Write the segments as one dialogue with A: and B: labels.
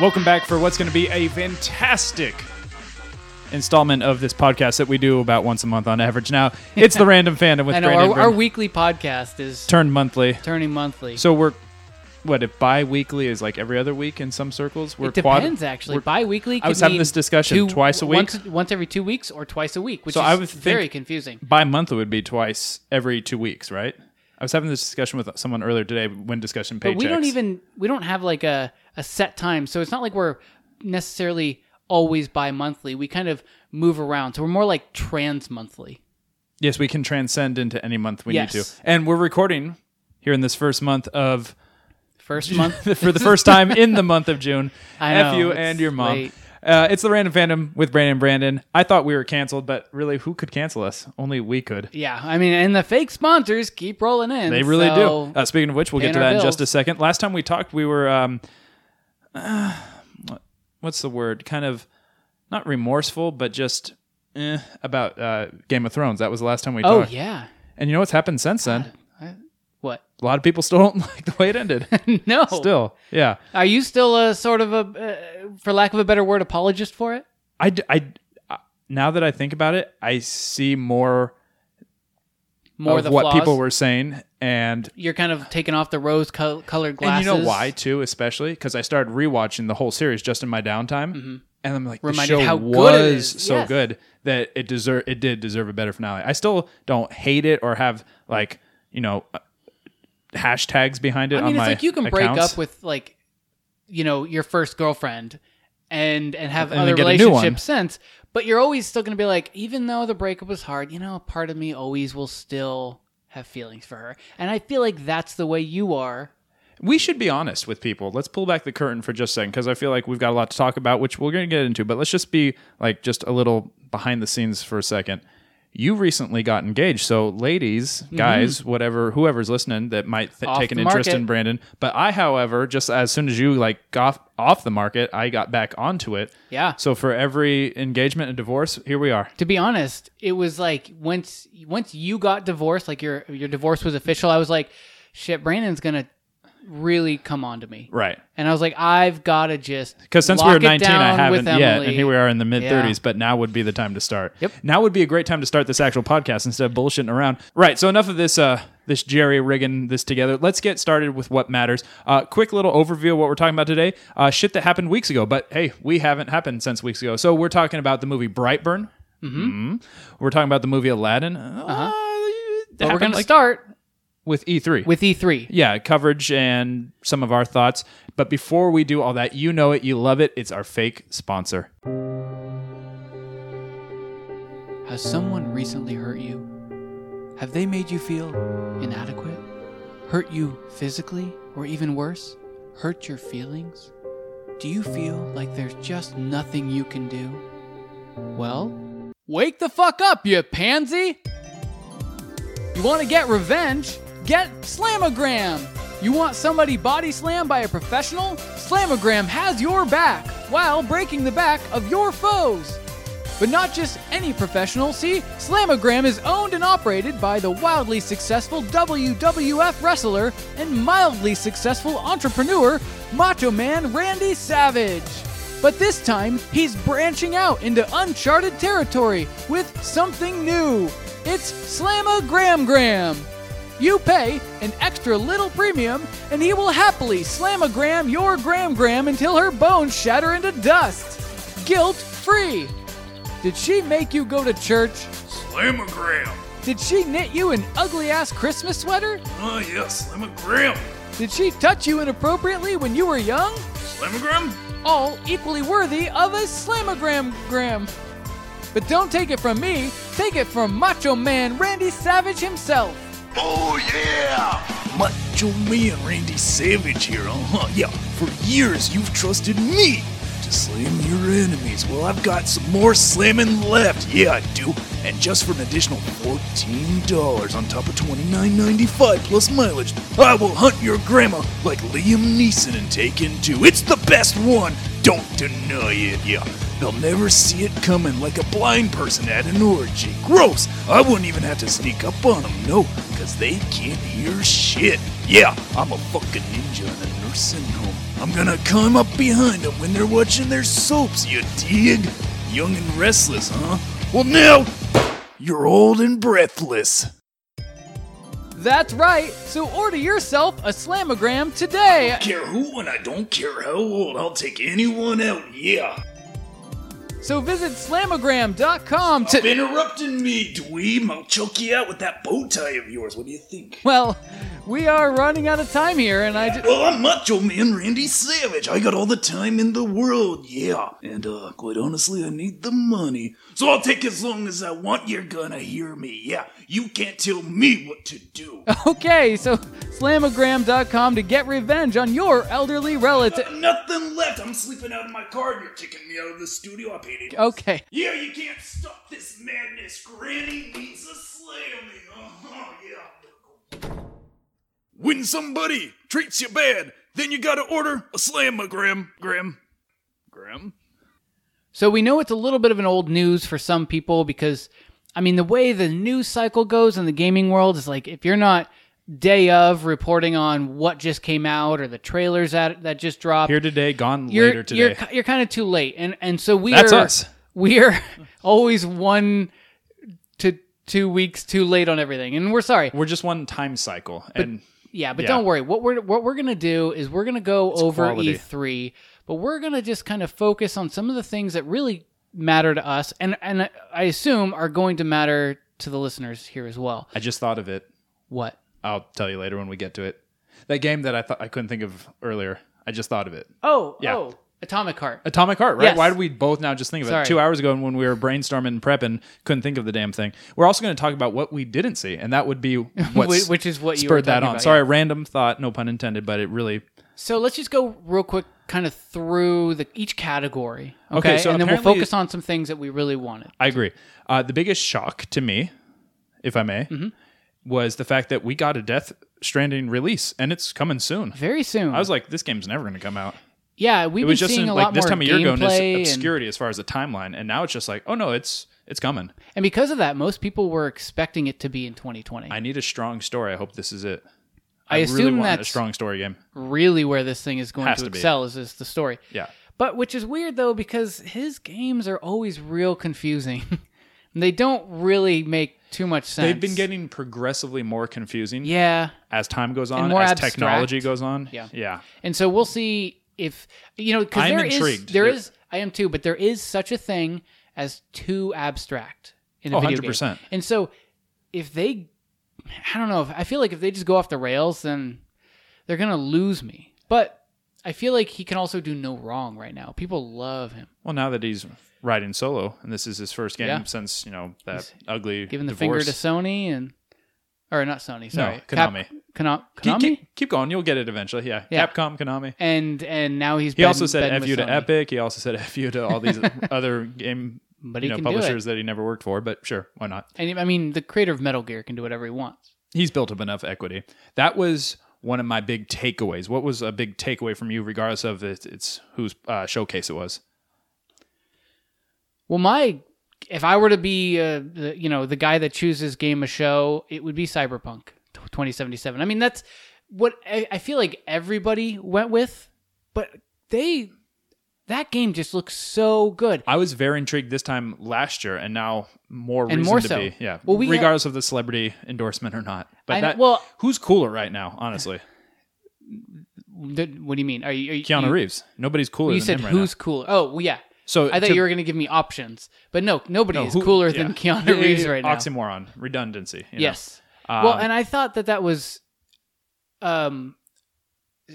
A: Welcome back for what's going to be a fantastic installment of this podcast that we do about once a month on average. Now, it's the Random Fandom with
B: I know
A: Grant
B: our,
A: Ingram.
B: our weekly podcast is
A: turned monthly.
B: turning monthly.
A: So we're what if bi-weekly is like every other week in some circles? We're
B: it depends eh? actually.
A: we're-
B: Bi-weekly.
A: I was
B: could
A: having
B: mean
A: this discussion
B: two-
A: twice a week.
B: Once, once every two weeks or twice a week, which
A: So
B: is
A: I would think-
B: very confusing.
A: bi-monthly would be twice every two weeks, right? I was having this discussion with someone earlier today when discussing paychecks.
B: But we don't even we don't have like a, a set time, so it's not like we're necessarily always bi-monthly. We kind of move around, so we're more like trans-monthly.
A: Yes, we can transcend into any month we need to.
B: Yes.
A: And we're recording here in this first month of
B: First month.
A: for the first time in the month of June.
B: I
A: F
B: know,
A: you
B: it's
A: and your mom.
B: late.
A: Uh, it's the Random Fandom with Brandon and Brandon. I thought we were canceled, but really, who could cancel us? Only we could.
B: Yeah, I mean, and the fake sponsors keep rolling in.
A: They really
B: so-
A: do. Uh, speaking of which, we'll get
B: paying
A: to
B: our
A: that in just a
B: bills.
A: second. Last time we talked, we were, um, uh, what's the word? Kind of not remorseful, but just eh, about uh, Game of Thrones. That was the last time we
B: oh
A: talked.
B: yeah.
A: And you know what's happened since then?
B: What?
A: A lot of people still don't like the way it ended.
B: No.
A: still, yeah.
B: Are you still a sort of a, uh, for lack of a better word, apologist for it?
A: I, d- I d- uh, now that I think about it, I see more,
B: More
A: of
B: the
A: what
B: flaws?
A: people were saying, and
B: You're kind of taking off the rose col- colored glasses.
A: And you know why too, especially because I started rewatching the whole series just in my downtime, and I'm like,
B: Mm-hmm. Reminded
A: the show
B: how good it
A: was
B: is.
A: so
B: Yes.
A: good that it deserve it did deserve a better finale. I still don't hate it or have like you know uh, hashtags behind it.
B: I
A: on
B: mean, it's
A: my
B: like you can break
A: accounts.
B: up with like, you know, your first girlfriend, and and have
A: And then
B: other
A: get a new one.
B: relationships since. But you're always still going to be like, even though the breakup was hard, you know, a part of me always will still have feelings for her, and I feel like that's the way you are.
A: we should be honest with people. Let's pull back the curtain for just a second because I feel like we've got a lot to talk about, which we're going to get into. But let's just be like just a little behind the scenes for a second. You recently got engaged, so ladies, guys, whatever, whoever's listening that might th-
B: Mm-hmm. Off
A: take an
B: the
A: interest
B: market.
A: in Brandon. But I, however, just as soon as you like got off the market, I got back onto it.
B: Yeah.
A: So for every engagement and divorce, here we are.
B: To be honest, it was like once once you got divorced, like your your divorce was official. I was like, shit, Brandon's gonna really come on to me.
A: Right.
B: And I was like, I've got to just
A: Because since we
B: lock
A: were
B: it
A: 19, I
B: down
A: haven't
B: with
A: yet. And
B: Emily.
A: here we are in the mid 30s,
B: Yeah.
A: but now would be the time to start.
B: Yep.
A: Now would be a great time to start this actual podcast instead of bullshitting around. Right. So, enough of this, uh, this jerry rigging this together. Let's get started with what matters. Uh, quick little overview of what we're talking about today. Uh, shit that happened weeks ago, but hey, we haven't happened since weeks ago. So, we're talking about the movie Brightburn. Mm-hmm. We're talking about the movie Aladdin. Uh, it
B: Uh-huh. But we're
A: happened,
B: gonna
A: like,
B: start
A: with E E3
B: with E E3.
A: yeah, coverage and some of our thoughts. But before we do all that, you know it, you love it. It's our fake sponsor.
B: Has someone recently hurt you? Have they made you feel inadequate? Hurt you physically, or even worse, hurt your feelings? Do you feel like there's just nothing you can do? Well, wake the fuck up, you pansy! You want to get revenge? Get Slamogram! You want somebody body slammed by a professional? Slamogram has your back while breaking the back of your foes! But not just any professional, see? Slamogram is owned and operated by the wildly successful WWF wrestler and mildly successful entrepreneur, Macho Man Randy Savage. But this time, he's branching out into uncharted territory with something new. It's Slamagramgram. You pay an extra little premium, and he will happily slamagram your gram gram until her bones shatter into dust. Guilt free. Did she make you go to church?
C: Slamagram.
B: Did she knit you an ugly ass Christmas sweater?
C: Oh, yeah, Slamagram.
B: Did she touch you inappropriately when you were young?
C: Slamagram?
B: all equally worthy of a slamogram gram. But don't take it from me, take it from Macho Man Randy Savage himself.
C: Oh, yeah! uh-huh, Macho Man Randy Savage here, uh huh. Yeah, for years you've trusted me to Slam your enemies. Well, I've got some more slamming left. Yeah, I do. And just for an additional $14 on top of $29.95 plus mileage, I will hunt your grandma like Liam Neeson and take in two. It's the best one. Don't deny it, yeah. They'll never see it coming like a blind person at an orgy. Gross! I wouldn't even have to sneak up on them, no, because they can't hear shit. Yeah, I'm a fucking ninja in a nursing home. I'm gonna climb up behind them when they're watching their soaps, you dig? Young and restless, huh? Well, now, you're old and breathless.
B: That's right. So order yourself a slamogram today.
C: Care who and I don't care how old, I'll take anyone out, yeah.
B: So visit slamogram.com
C: Stop
B: to.
C: interrupting me, dweeb. I'll choke you out with that bow tie of yours. What do you think?
B: Well, we are running out of time here, and I. Ju-
C: Well, I'm Macho Man Randy Savage. I got all the time in the world, yeah. And, uh, quite honestly, I need the money. So I'll take as long as I want. You're gonna hear me, yeah. You can't tell me what to do.
B: Okay, so slamogram.com to get revenge on your elderly relative.
C: Nothing left. I'm sleeping out in my car and you're kicking me out of the studio. I paid it.
B: Okay.
C: Yeah, you can't stop this madness. Granny needs a slamming. Uh huh, yeah. When somebody treats you bad, then you gotta order a slammogram. Grim. Grim?
B: So we know it's a little bit of an old news for some people because, I mean, the way the news cycle goes in the gaming world is like if you're not day of reporting on what just came out or the trailers that that just dropped,
A: Here today, gone
B: you're
A: later today.
B: you're, ki- you're kind of too late, and and so we
A: That's
B: are
A: us.
B: we are always one to two weeks too late on everything, and we're sorry.
A: We're just one time cycle, and
B: Yeah, but
A: Yeah.
B: don't worry. What we're what we're gonna do is we're gonna go over
A: quality.
B: E3, but we're gonna just kind of focus on some of the things that really matter to us, and and I assume are going to matter to the listeners here as well.
A: I just thought of it.
B: What?
A: I'll tell you later when we get to it. That game that I thought I couldn't think of earlier. I just thought of it.
B: Oh,
A: Yeah.
B: oh, Atomic Heart.
A: Atomic Heart, right?
B: Yes.
A: Why did we both now just think of
B: Sorry.
A: it? Two hours ago, and when we were brainstorming and prepping, couldn't think of the damn thing. We're also going to talk about what we didn't see, and that would be
B: Whi-
A: what
B: which is what you were
A: spurred that
B: talking
A: on.
B: about,
A: Sorry,
B: yeah.
A: random thought, no pun intended, but it really
B: So let's just go real quick, kind of through the each category. Okay,
A: Okay, so
B: and then we'll
A: apparently-
B: focus on some things that we really wanted.
A: I agree. Uh, the biggest shock to me, if I may,
B: Mm-hmm.
A: was the fact that we got a Death Stranding release, and it's coming soon.
B: Very soon.
A: I was like, this game's never going to come out.
B: yeah, we've
A: It was
B: been
A: just
B: seeing
A: in,
B: a
A: like
B: lot
A: this
B: more
A: time of year ago, and
B: gameplay and-
A: it's obscurity as far as the timeline, and now it's just like, oh no, it's it's coming.
B: and because of that, most people were expecting it to be in 2020.
A: I need a strong story. I hope this is it.
B: I
A: really
B: assume
A: want a
B: that's-
A: strong story game.
B: really where this thing is going
A: Has
B: to,
A: to be.
B: excel is, is the story.
A: Yeah.
B: But which is weird though because his games are always real confusing. they don't really make too much sense.
A: They've been getting progressively more confusing
B: yeah,
A: as time goes on,
B: more
A: as
B: abstract.
A: technology goes on.
B: Yeah.
A: Yeah.
B: and so we'll see if you know because
A: I'm
B: there is
A: intrigued.
B: there
A: Yeah.
B: is- I am too, but there is such a thing as too abstract in a
A: Oh,
B: video game.
A: 100%.
B: And so if they, I don't know, if, I feel like if they just go off the rails, then they're gonna lose me. But I feel like he can also do no wrong right now. People love him.
A: Well, now that he's riding solo, and this is his first game
B: Yeah.
A: since you know that ugly
B: giving the
A: divorce.
B: finger to Sony and or not Sony, sorry,
A: Konami.
B: Kono-
A: Keep-
B: Konami,
A: Keep, keep going. You'll get it eventually. Yeah.
B: Yeah.
A: Capcom, Konami.
B: and and now he's
A: He
B: been,
A: also said
B: been
A: F
B: with
A: you to
B: Sony.
A: Epic. He also said F you to all these other game
B: but he
A: you know,
B: can
A: publishers
B: do
A: that he never worked for, but sure, why not?
B: it. And I mean, the creator of Metal Gear can do whatever he wants.
A: He's built up enough equity. That was one of my big takeaways. What was a big takeaway from you, regardless of it, it's whose uh, showcase it was?
B: Well, my if I were to be uh, the, you know the guy that chooses game of show, it would be Cyberpunk 2077. I mean, that's what I, I feel like everybody went with, but they that game just looks so good.
A: I was very intrigued this time last year, and now more
B: And
A: reason
B: more
A: to
B: so.
A: be. Yeah,
B: Well, we had-
A: regardless of the celebrity endorsement or not. But
B: I know-
A: that,
B: well-
A: who's cooler right now? Honestly,
B: Th- What do you mean? Are you, are you
A: Keanu
B: you-
A: Reeves. Nobody's cooler.
B: You
A: than
B: said
A: him right
B: who's
A: Now.
B: cooler? Oh, well, yeah.
A: So
B: I thought
A: to-
B: you were going to give me options, but no, nobody
A: no,
B: is
A: who-
B: cooler
A: yeah.
B: than Keanu Reeves right now.
A: Oxymoron, redundancy. you know?
B: Yes.
A: Um,
B: well, and I thought that that was, um,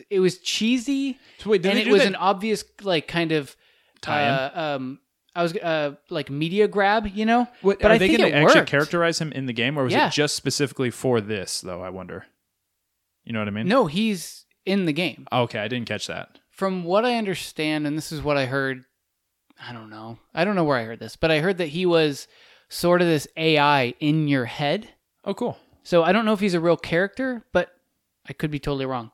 B: it was cheesy,
A: So wait, did
B: and
A: they
B: it
A: do
B: was
A: that
B: an obvious like kind of
A: tie-in?
B: Uh, um, I was uh like media grab, you know.
A: What-
B: but
A: are
B: I
A: they
B: think
A: gonna
B: it
A: actually
B: worked.
A: characterize him in the game, or was
B: Yeah.
A: it just specifically for this? Though I wonder. You know what I mean?
B: No, he's in the game
A: Okay, I didn't catch that.
B: From what I understand, and this is what I heard, I don't know. I don't know where I heard this, but I heard that he was sort of this AI in your head.
A: Oh, cool.
B: So I don't know if he's a real character, but I could be totally wrong.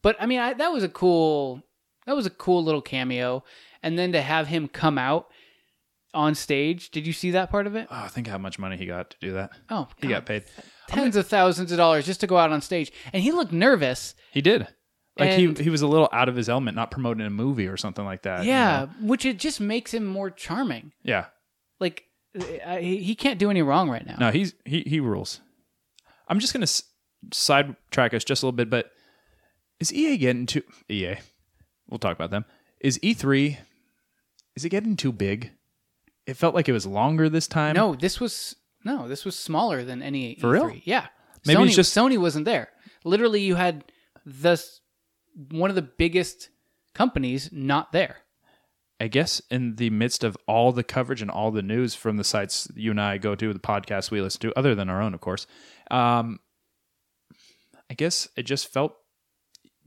B: But I mean, I, that was a cool that was a cool little cameo, and then to have him come out on stage. Did you see that part of it?
A: Oh, think how much money he got to do that.
B: Oh,
A: He
B: God.
A: got paid.
B: tens of thousands of dollars just to go out on stage, and he looked nervous.
A: He did. Like
B: And-
A: he he was a little out of his element, not promoting a movie or something like that. you
B: yeah,
A: know?
B: which it just makes him more charming.
A: Yeah.
B: Like I, he can't do any wrong right now.
A: No, he's he he rules. I'm just gonna s- sidetrack us just a little bit, but is EA getting too EA? We'll talk about them. Is E3 is it getting too big? It felt like it was longer this time.
B: No, this was no, this was smaller than any
A: For real?
B: E3. Yeah,
A: Maybe
B: Sony,
A: it's just-
B: Sony wasn't there. Literally, you had the s- one of the biggest companies not there.
A: I guess in the midst of all the coverage and all the news from the sites you and I go to, the podcasts we listen to, other than our own, of course, um, I guess it just felt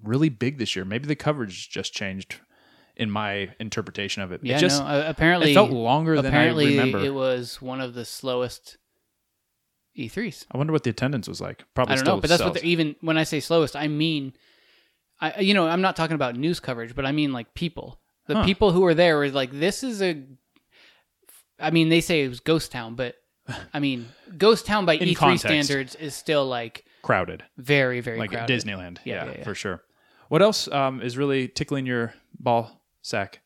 A: really big this year. Maybe the coverage just changed in my interpretation of it.
B: Yeah,
A: it just
B: no, uh, apparently
A: it felt longer than I
B: apparently
A: remember.
B: it was one of the slowest E E3s.
A: I wonder what the attendance was like.
B: I
A: Probably
B: don't
A: still
B: know, but that's what
A: sells.
B: they're even when I say slowest, I mean, I you know I'm not talking about news coverage, but I mean like people. The
A: Huh.
B: people who were there were like, this is a. I mean, they say it was Ghost Town, but I mean, Ghost Town by
A: In
B: E3
A: context.
B: standards is still like
A: crowded,
B: very very
A: like
B: crowded.
A: Disneyland.
B: Yeah,
A: Yeah,
B: yeah, yeah.
A: for sure. What else um, is really tickling your ball sack?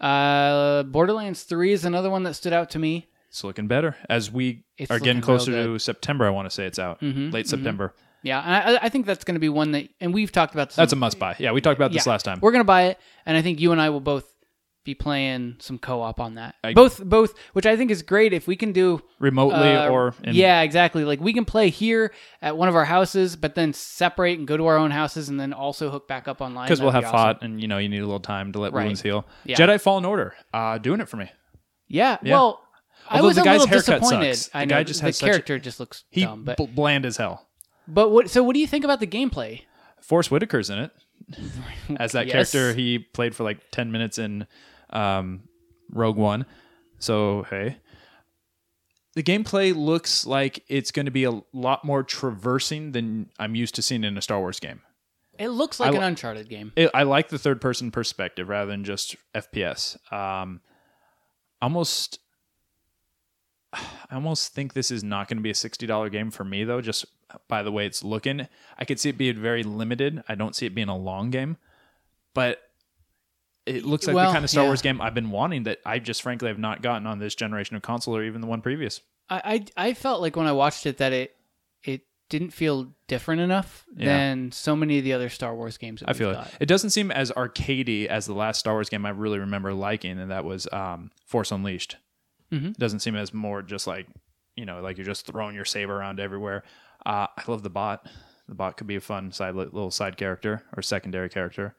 B: Uh, Borderlands Three is another one that stood out to me.
A: It's looking better as we
B: It's
A: are getting
B: looking real
A: closer
B: good.
A: to September. I want to say it's out
B: Mhm,
A: late
B: mhm.
A: September.
B: Yeah, and I, I think that's going to be one that, and we've talked about this.
A: That's a must buy. Yeah, we talked about this
B: Yeah.
A: last time.
B: We're gonna buy it, and I think you and I will both be playing some co-op on that.
A: I-
B: both, both, which I think is great if we can do
A: Remotely
B: uh,
A: or in,
B: yeah, exactly. Like we can play here at one of our houses, but then separate and go to our own houses, and then also hook back up online
A: because we'll
B: That'd
A: have
B: be awesome.
A: fought and you know you need a little time to let
B: Right.
A: wounds heal.
B: Yeah.
A: Jedi Fallen Order, uh, doing it for me.
B: Yeah,
A: Yeah.
B: well, I
A: Although
B: was
A: the
B: a
A: guy's
B: little
A: haircut
B: disappointed.
A: sucks.
B: I
A: The
B: know
A: guy just
B: the
A: has such a-
B: character just looks
A: He
B: dumb, but
A: bl- bland as hell.
B: but what? So what do you think about the gameplay?
A: Force Whitaker's in it as that
B: Yes.
A: character he played for like 10 minutes in um, Rogue One. So, hey. The gameplay looks like it's going to be a lot more traversing than I'm used to seeing in a Star Wars game.
B: It looks like
A: I
B: an
A: li-
B: Uncharted game.
A: It, I like the third person perspective rather than just FPS. Um, almost. I almost think this is not going to be a $60 game for me, though, just by the way it's looking. I could see it being very limited. I don't see it being a long game, but it looks like
B: Well,
A: the kind of Star
B: yeah.
A: Wars game I've been wanting that I just frankly have not gotten on this generation of console or even the one previous.
B: I, I I felt like when I watched it that it it didn't feel different enough
A: Yeah.
B: than so many of the other Star Wars games. That
A: I feel
B: we've
A: it.
B: got.
A: It doesn't seem as arcadey as the last Star Wars game I really remember liking, and that was um, Force Unleashed.
B: Mhm.
A: It doesn't seem as more just like you know, like you're just throwing your saber around everywhere. Uh, I love the bot. The bot could be a fun side little side character or secondary character.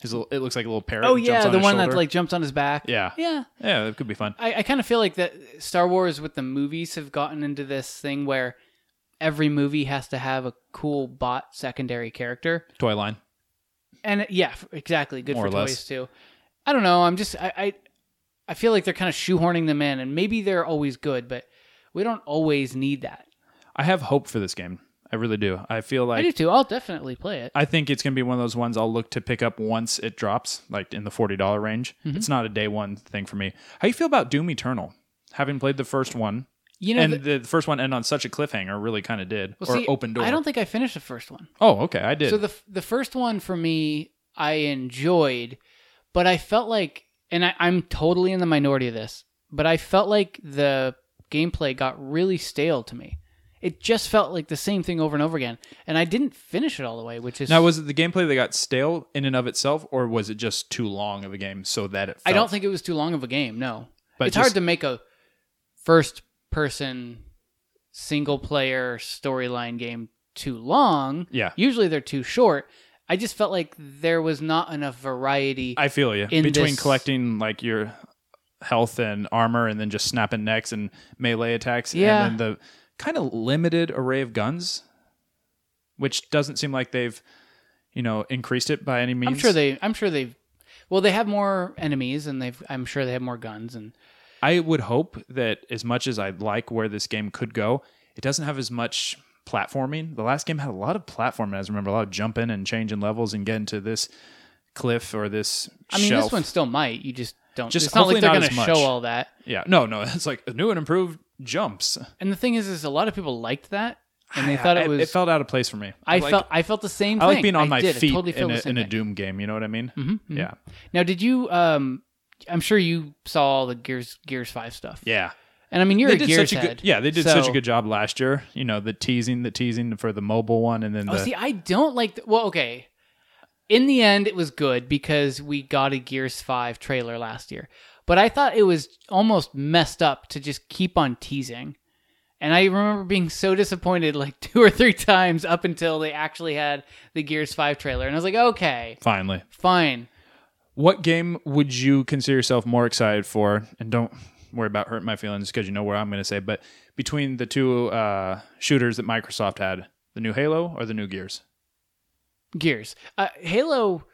A: His little, it looks like a little parrot.
B: Oh
A: who jumps
B: yeah,
A: on
B: the
A: his
B: one
A: shoulder.
B: that like jumps on his back.
A: yeah,
B: Yeah.
A: yeah, that could be fun.
B: I, I kind of feel like that Star Wars with the movies have gotten into this thing where every movie has to have a cool bot secondary character.
A: Toy line.
B: And it- yeah, f- exactly. Good
A: More
B: for
A: or less.
B: toys too. I don't know. I'm just I, I I feel like they're kind of shoehorning them in, and maybe they're always good, but we don't always need that.
A: I have hope for this game. I really do. I feel
B: I
A: like
B: do too. I'll definitely play it.
A: I think it's going to be one of those ones I'll look to pick up once it drops, like in the forty dollar range.
B: Mm-hmm.
A: It's not a day one thing for me. How you feel about Doom Eternal? Having played the first one,
B: You know,
A: and
B: the-
A: the, the first one end on such a cliffhanger really kind of did,
B: well,
A: or
B: see,
A: open door.
B: I don't think I finished the first one.
A: oh, okay, I did.
B: So the f- the first one for me, I enjoyed, but I felt like, and I, I'm totally in the minority of this, but I felt like the gameplay got really stale to me. It just felt like the same thing over and over again, and I didn't finish it all the way, which is
A: now, was it the gameplay that got stale in and of itself, or was it just too long of a game so that it? Felt,
B: I don't think it was too long of a game. No,
A: But
B: it's
A: just-
B: hard to make a first person single player storyline game too long.
A: Yeah.
B: usually they're too short. I just felt like there was not enough variety.
A: I feel you
B: in
A: between
B: this-
A: collecting like your health and armor, and then just snapping necks and melee attacks,
B: Yeah.
A: and then the kind of limited array of guns, which doesn't seem like they've you know, increased it by any means?
B: I'm sure they. I'm sure they've. Well, they have more enemies, and they've. I'm sure they have more guns, and
A: I would hope that as much as I like where this game could go, it doesn't have as much platforming. The last game had a lot of platforming. As I remember, a lot of jumping and changing levels and getting to this cliff or this.
B: I mean,
A: shelf.
B: this one still might. You just don't.
A: Just
B: it's not
A: hopefully
B: like they're
A: not
B: going to
A: as much.
B: show all that.
A: Yeah, no, no, it's like new and improved jumps.
B: And the thing is, is a lot of people liked that, and they thought
A: I-
B: it was.
A: It felt out of place for me.
B: I
A: like-
B: felt. I felt the same.
A: I like
B: thing.
A: being on my
B: did. I
A: feet
B: totally feel
A: in,
B: the
A: a,
B: same
A: in a
B: thing. Mm-hmm.
A: Doom game. You know what I mean? Yeah,
B: Now, did you? Um, I'm sure you saw all the Gears Gears Five stuff.
A: yeah.
B: And I mean, you're
A: They
B: a
A: did
B: Gears
A: such a
B: head.
A: good, yeah. They did such a
B: so-
A: good job last year. You know, the teasing, the teasing for the mobile one, and then
B: Oh,
A: the
B: see, I don't like. The, well, okay. In the end, it was good because we got a Gears Five trailer last year. But I thought it was almost messed up to just keep on teasing. And I remember being so disappointed like two or three times up until they actually had the Gears 5 trailer. And I was like, okay,
A: finally.
B: fine.
A: What game would you consider yourself more excited for? And don't worry about hurting my feelings because you know where I'm going to say. But between the two uh, shooters that Microsoft had, the new Halo or the new Gears,
B: Gears. Uh, Halo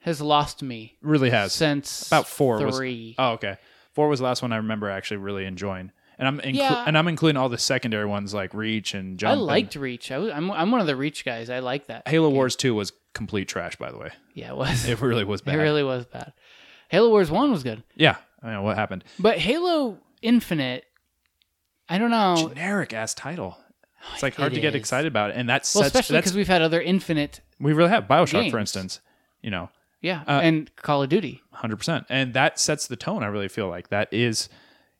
B: has lost me
A: really has
B: since
A: about four. was-
B: three.
A: oh, okay. Four was the last one I remember actually really enjoying, and I'm inclu-
B: Yeah.
A: and I'm including all the secondary ones like Reach and Jump.
B: I
A: and-
B: liked Reach. I was, I'm, I'm one of the Reach guys. I like that.
A: Halo
B: game.
A: Wars Two was complete trash, by the way.
B: Yeah, it was.
A: It really was bad.
B: It really was bad. Halo Wars 1 was good.
A: yeah. I mean, what happened?
B: But Halo Infinite, I don't know.
A: Generic ass title. It's like
B: Oh. It
A: hard to get
B: is.
A: excited about it, and that's
B: Well,
A: such,
B: especially
A: that's
B: because we've had other Infinite,
A: we really have Bioshock,
B: games.
A: for instance. You know,
B: yeah,
A: Uh,
B: and Call of Duty.
A: hundred percent, and that sets the tone. I really feel like that is,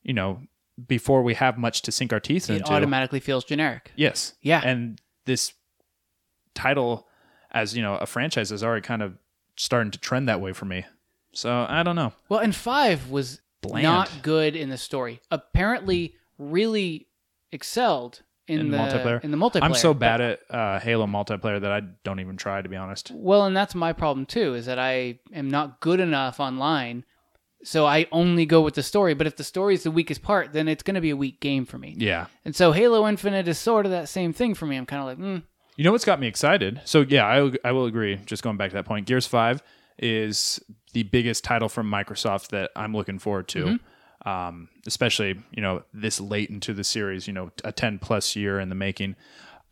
A: you know, before we have much to sink our teeth
B: It
A: into.
B: automatically feels generic.
A: yes,
B: Yeah.
A: and this title, as you know, a franchise is already kind of starting to trend that way for me. So I don't know.
B: Well, and five was
A: Bland.
B: not good in the story. Apparently, really excelled in,
A: In the
B: the,
A: multiplayer?
B: In the multiplayer,
A: I'm so bad at uh, Halo multiplayer that I don't even try to be honest.
B: Well, and that's my problem too, is that I am not good enough online, so I only go with the story. But if the story is the weakest part, then it's going to be a weak game for me.
A: Yeah.
B: And so Halo Infinite is sort of that same thing for me. I'm kind of like, mm,
A: You know what's got me excited? So yeah, I, I will agree. Just going back to that point, Gears Five is the biggest title from Microsoft that I'm looking forward to. Um, especially you know this late into the series, you know a ten plus year in the making.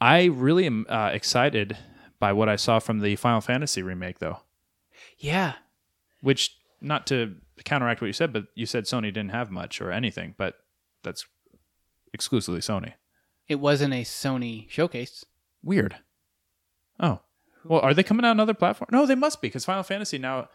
A: I really am uh, excited by what I saw from the Final Fantasy remake, though.
B: yeah,
A: Which not to counteract what you said, but you said Sony didn't have much or anything, but that's exclusively Sony.
B: it wasn't a Sony showcase.
A: Weird. Oh. Well, are they coming out on other platform? No, they must be because Final Fantasy now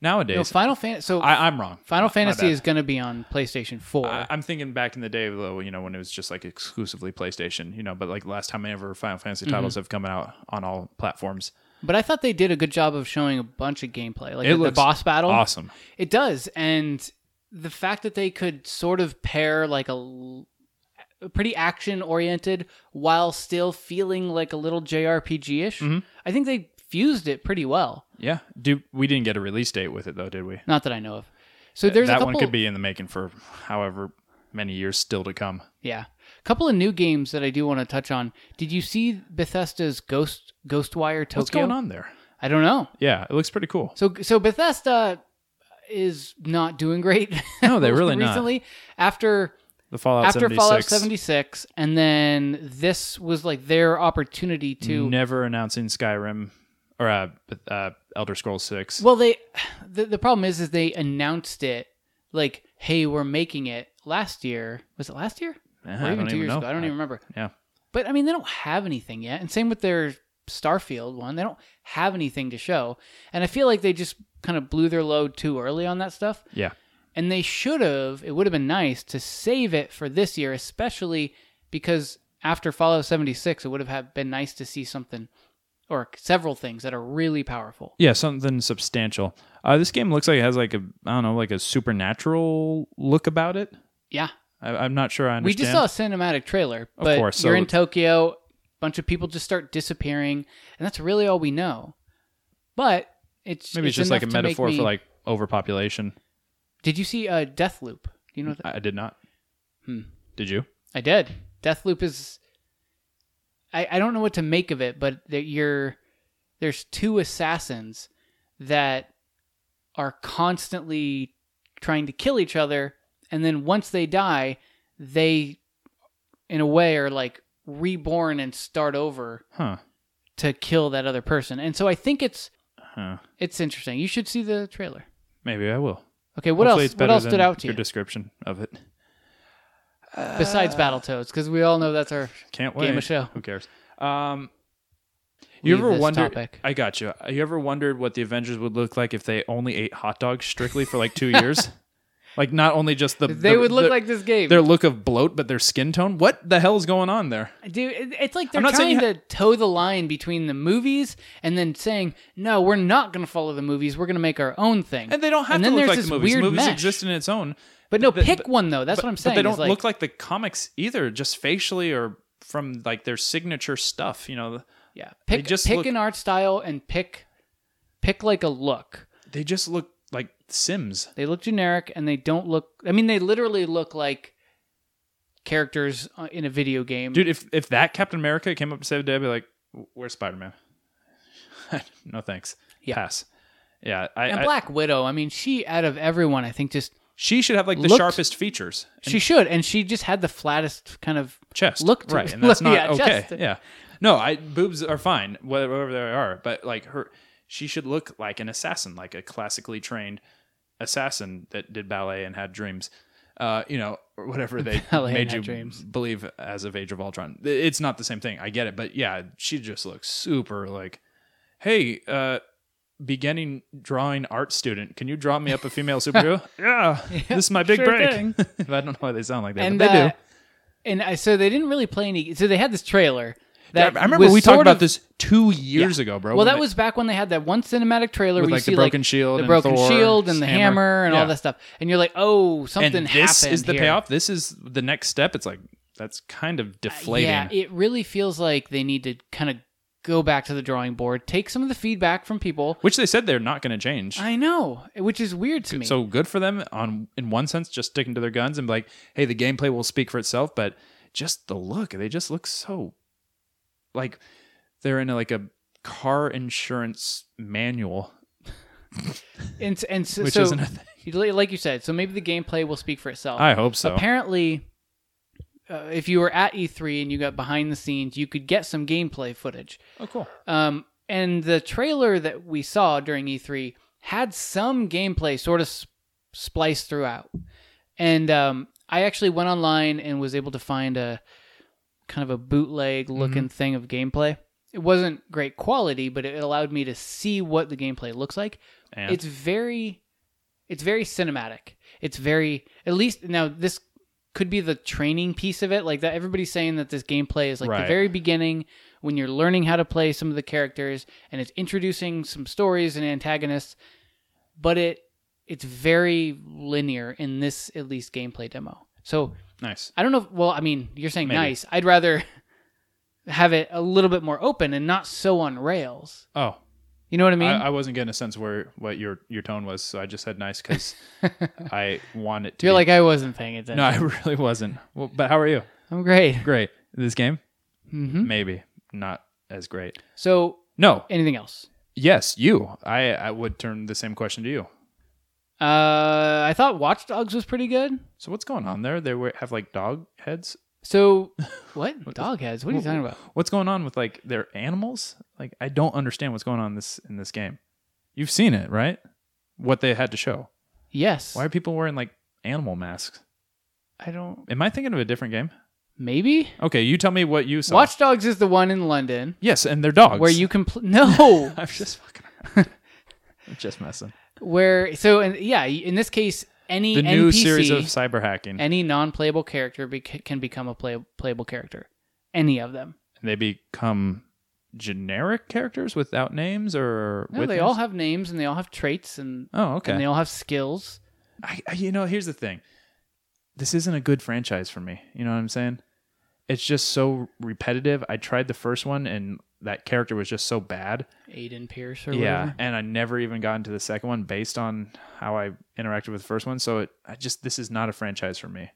A: nowadays.
B: No, Final Fantasy. So
A: I, I'm wrong.
B: Final
A: My
B: Fantasy
A: bad.
B: is going to be on PlayStation Four.
A: I, I'm thinking back in the day, though, you know, when it was just like exclusively PlayStation, you know, but like last time ever Final Fantasy
B: Mm-hmm.
A: titles have come out on all platforms.
B: But I thought they did a good job of showing a bunch of gameplay, like
A: It
B: the- the
A: looks
B: boss battle.
A: Awesome.
B: It does, and the fact that they could sort of pair like a, l- a pretty action oriented while still feeling like a little JRPG ish.
A: Mm-hmm.
B: I think they fused it pretty well.
A: Yeah. Do we didn't get a release date with it though, did we?
B: Not that I know of. So there's
A: that
B: a couple,
A: one could be in the making for however many years still to come.
B: yeah, a couple of new games that I do want to touch on. Did you see Bethesda's Ghost Ghostwire Tokyo?
A: What's going on there?
B: I don't know.
A: Yeah, it looks pretty cool.
B: So so Bethesda is not doing great.
A: No, they're really not.
B: recently after
A: The Fallout
B: after
A: 76
B: Fallout 76 and then this was like their opportunity to
A: never announcing Skyrim or uh, uh, Elder Scrolls Six.
B: Well, they the, the problem is is they announced it like hey, we're making it last year. Was it last year?
A: Eh,
B: or
A: I don't
B: even two
A: even
B: years
A: know.
B: ago. I don't
A: I-
B: even remember.
A: yeah.
B: But I mean, they don't have anything yet. And same with their Starfield one. They don't have anything to show. And I feel like they just kind of blew their load too early on that stuff.
A: yeah,
B: And they should have, it would have been nice to save it for this year, especially because after Fallout 76, it would have had- been nice to see something or several things that are really powerful.
A: yeah, something substantial. Uh, this game looks like it has like a I don't know, like a supernatural look about it.
B: Yeah.
A: I, I'm not sure I understand.
B: We just saw a cinematic trailer, but
A: course, so-
B: you're in Tokyo, bunch of people just start disappearing, and that's really all we know. But it's
A: maybe it's, just like a
B: enough to make
A: metaphor
B: me-
A: for like overpopulation.
B: Did you see uh, Deathloop? Do you know what that?
A: I, I did not.
B: Hmm.
A: Did you?
B: I did. Deathloop is. I, I don't know what to make of it, but that you're there's two assassins that are constantly trying to kill each other and then once they die they in a way are like reborn and start over
A: Huh.
B: to kill that other person and so i think it's
A: Huh.
B: it's interesting you should see the trailer
A: Maybe I will.
B: okay what
A: Hopefully
B: else what else stood out to
A: your
B: you
A: description of it.
B: besides battletoads because we all know that's our
A: Can't wait.
B: Game of show.
A: Who cares? Um, you
B: Leave
A: ever
B: this
A: wondered?
B: topic.
A: I got you. You ever wondered what the Avengers would look like if they only ate hot dogs strictly for like two years? Like not only just the
B: they
A: the-
B: would look
A: the-
B: like this game
A: their look of bloat, but their skin tone. What the hell is going on there?
B: Dude, it- it's like they're
A: not saying
B: trying
A: you
B: to toe the line between the movies and then saying, "No, we're not going to follow the movies. We're going to make our own thing."
A: And they don't have
B: And
A: to
B: then
A: look
B: there's
A: like
B: this
A: the movies.
B: weird
A: movies
B: mesh.
A: exist in its own.
B: But no,
A: But-
B: pick
A: but-
B: one though. That's
A: but,
B: what I'm
A: but
B: saying.
A: they
B: is
A: don't
B: like,
A: look like the comics either, just facially or from like their signature stuff. You know,
B: yeah. Pick
A: just
B: pick
A: look-
B: an art style and pick pick like a look.
A: they just look like Sims.
B: They look generic and they don't look. I mean, they literally look like characters uh, in a video game.
A: dude. If if that Captain America came up to save the day, I'd be like, "Where's Spider Man?" no thanks.
B: Yeah.
A: Pass. Yeah, I,
B: and
A: I-
B: Black Widow. I mean, she out of everyone, I think just
A: she should have like the
B: Looks-
A: sharpest features.
B: she should, and she just had the flattest kind of
A: chest
B: Look to-
A: right, and that's not
B: yeah,
A: okay.
B: chest.
A: Yeah, no, I boobs are fine, whatever whatever they are, but like her, she should look like an assassin, like a classically trained assassin that did ballet and had dreams. Uh, you know, or whatever they
B: Ballet and
A: made
B: had
A: you
B: dreams.
A: believe as of Age of Ultron. It's not the same thing. I get it, but yeah, she just looks super like, hey, uh, beginning drawing art student, can you draw me up a female superhero? yeah, this is my big
B: sure
A: break.
B: thing.
A: I don't know why they sound like that,
B: and
A: but they
B: uh,
A: do.
B: And I, so they didn't really play any. So they had this trailer.
A: Yeah,
B: That
A: I remember
B: was
A: we talked
B: sort
A: about
B: of-
A: this two years ago, bro.
B: Well,
A: when
B: that
A: it-
B: was back when they had that one cinematic trailer
A: With,
B: where you
A: like, the
B: see like
A: broken shield
B: the
A: and
B: broken
A: Thor,
B: shield, and the
A: hammer.
B: hammer, and
A: Yeah.
B: all that stuff, and you're like, oh,
A: and
B: something
A: this
B: happened
A: is the
B: here. Uh,
A: payoff. This is the next step. It's like that's kind of deflating.
B: Yeah, it really feels like they need to kind of go back to the drawing board, take some of the feedback from people.
A: which they said they're not going to change.
B: I know, which is weird to me.
A: so good for them on in one sense, just sticking to their guns and be like, hey, the gameplay will speak for itself. But just the look, they just look so like they're in like a car insurance manual,
B: and s- and so,
A: which
B: so
A: isn't a thing.
B: like you said, so maybe the gameplay will speak for itself.
A: I hope so.
B: apparently uh, if you were at E3 and you got behind the scenes, you could get some gameplay footage.
A: oh, cool.
B: Um, and the trailer that we saw during E3 had some gameplay sort of s- spliced throughout. And um, I actually went online and was able to find a kind of a bootleg looking thing of gameplay. It wasn't great quality, but it allowed me to see what the gameplay looks like
A: And
B: it's very it's very cinematic it's very at least now this could be the training piece of it like that everybody's saying that this gameplay is like
A: Right.
B: the very beginning when you're learning how to play some of the characters and it's introducing some stories and antagonists but it it's very linear in this at least gameplay demo so
A: nice.
B: i don't know if, well i mean you're saying
A: Maybe.
B: nice i'd rather have it a little bit more open and not so on rails
A: Oh,
B: you know what i mean
A: I, I wasn't getting a sense where what your your tone was, so I just said nice because I want it to.
B: you're
A: be-
B: like i wasn't paying attention
A: no, I really wasn't. Well, but how are you?
B: i'm great
A: Great. This game,
B: Mm-hmm.
A: maybe not as great.
B: So,
A: No.
B: anything else?
A: Yes, you. I I would turn the same question to you.
B: Uh, I thought Watch Dogs was pretty good.
A: So what's going on there? They were, have like dog heads.
B: So, what, dog heads? What are you talking about?
A: What's going on with like their animals? Like I don't understand what's going on in this in this game. You've seen it, right? What they had to show.
B: Yes,
A: Why are people wearing like animal masks?
B: I don't.
A: Am I thinking of a different game?
B: Maybe
A: Okay, you tell me what you saw.
B: Watch Dogs is the one in London
A: Yes, and their dogs.
B: where you can pl- no
A: I'm just fucking. I'm just messing.
B: where so and yeah in this case any
A: The new
B: NPC,
A: series of cyber hacking. And
B: any non-playable character be- can become a play- playable character. Any of them.
A: they become generic characters without names or
B: No,
A: with
B: they
A: names?
B: all have names and they all have traits and
A: Oh, okay.
B: and they all have skills.
A: I, I, you know, here's the thing. This isn't a good franchise for me. You know what I'm saying? It's just so repetitive. I tried the first one, and that character was just so bad.
B: Aiden Pierce or
A: Yeah,
B: whatever.
A: and I never even got into the second one based on how I interacted with the first one. So it, I just this is not a franchise for me.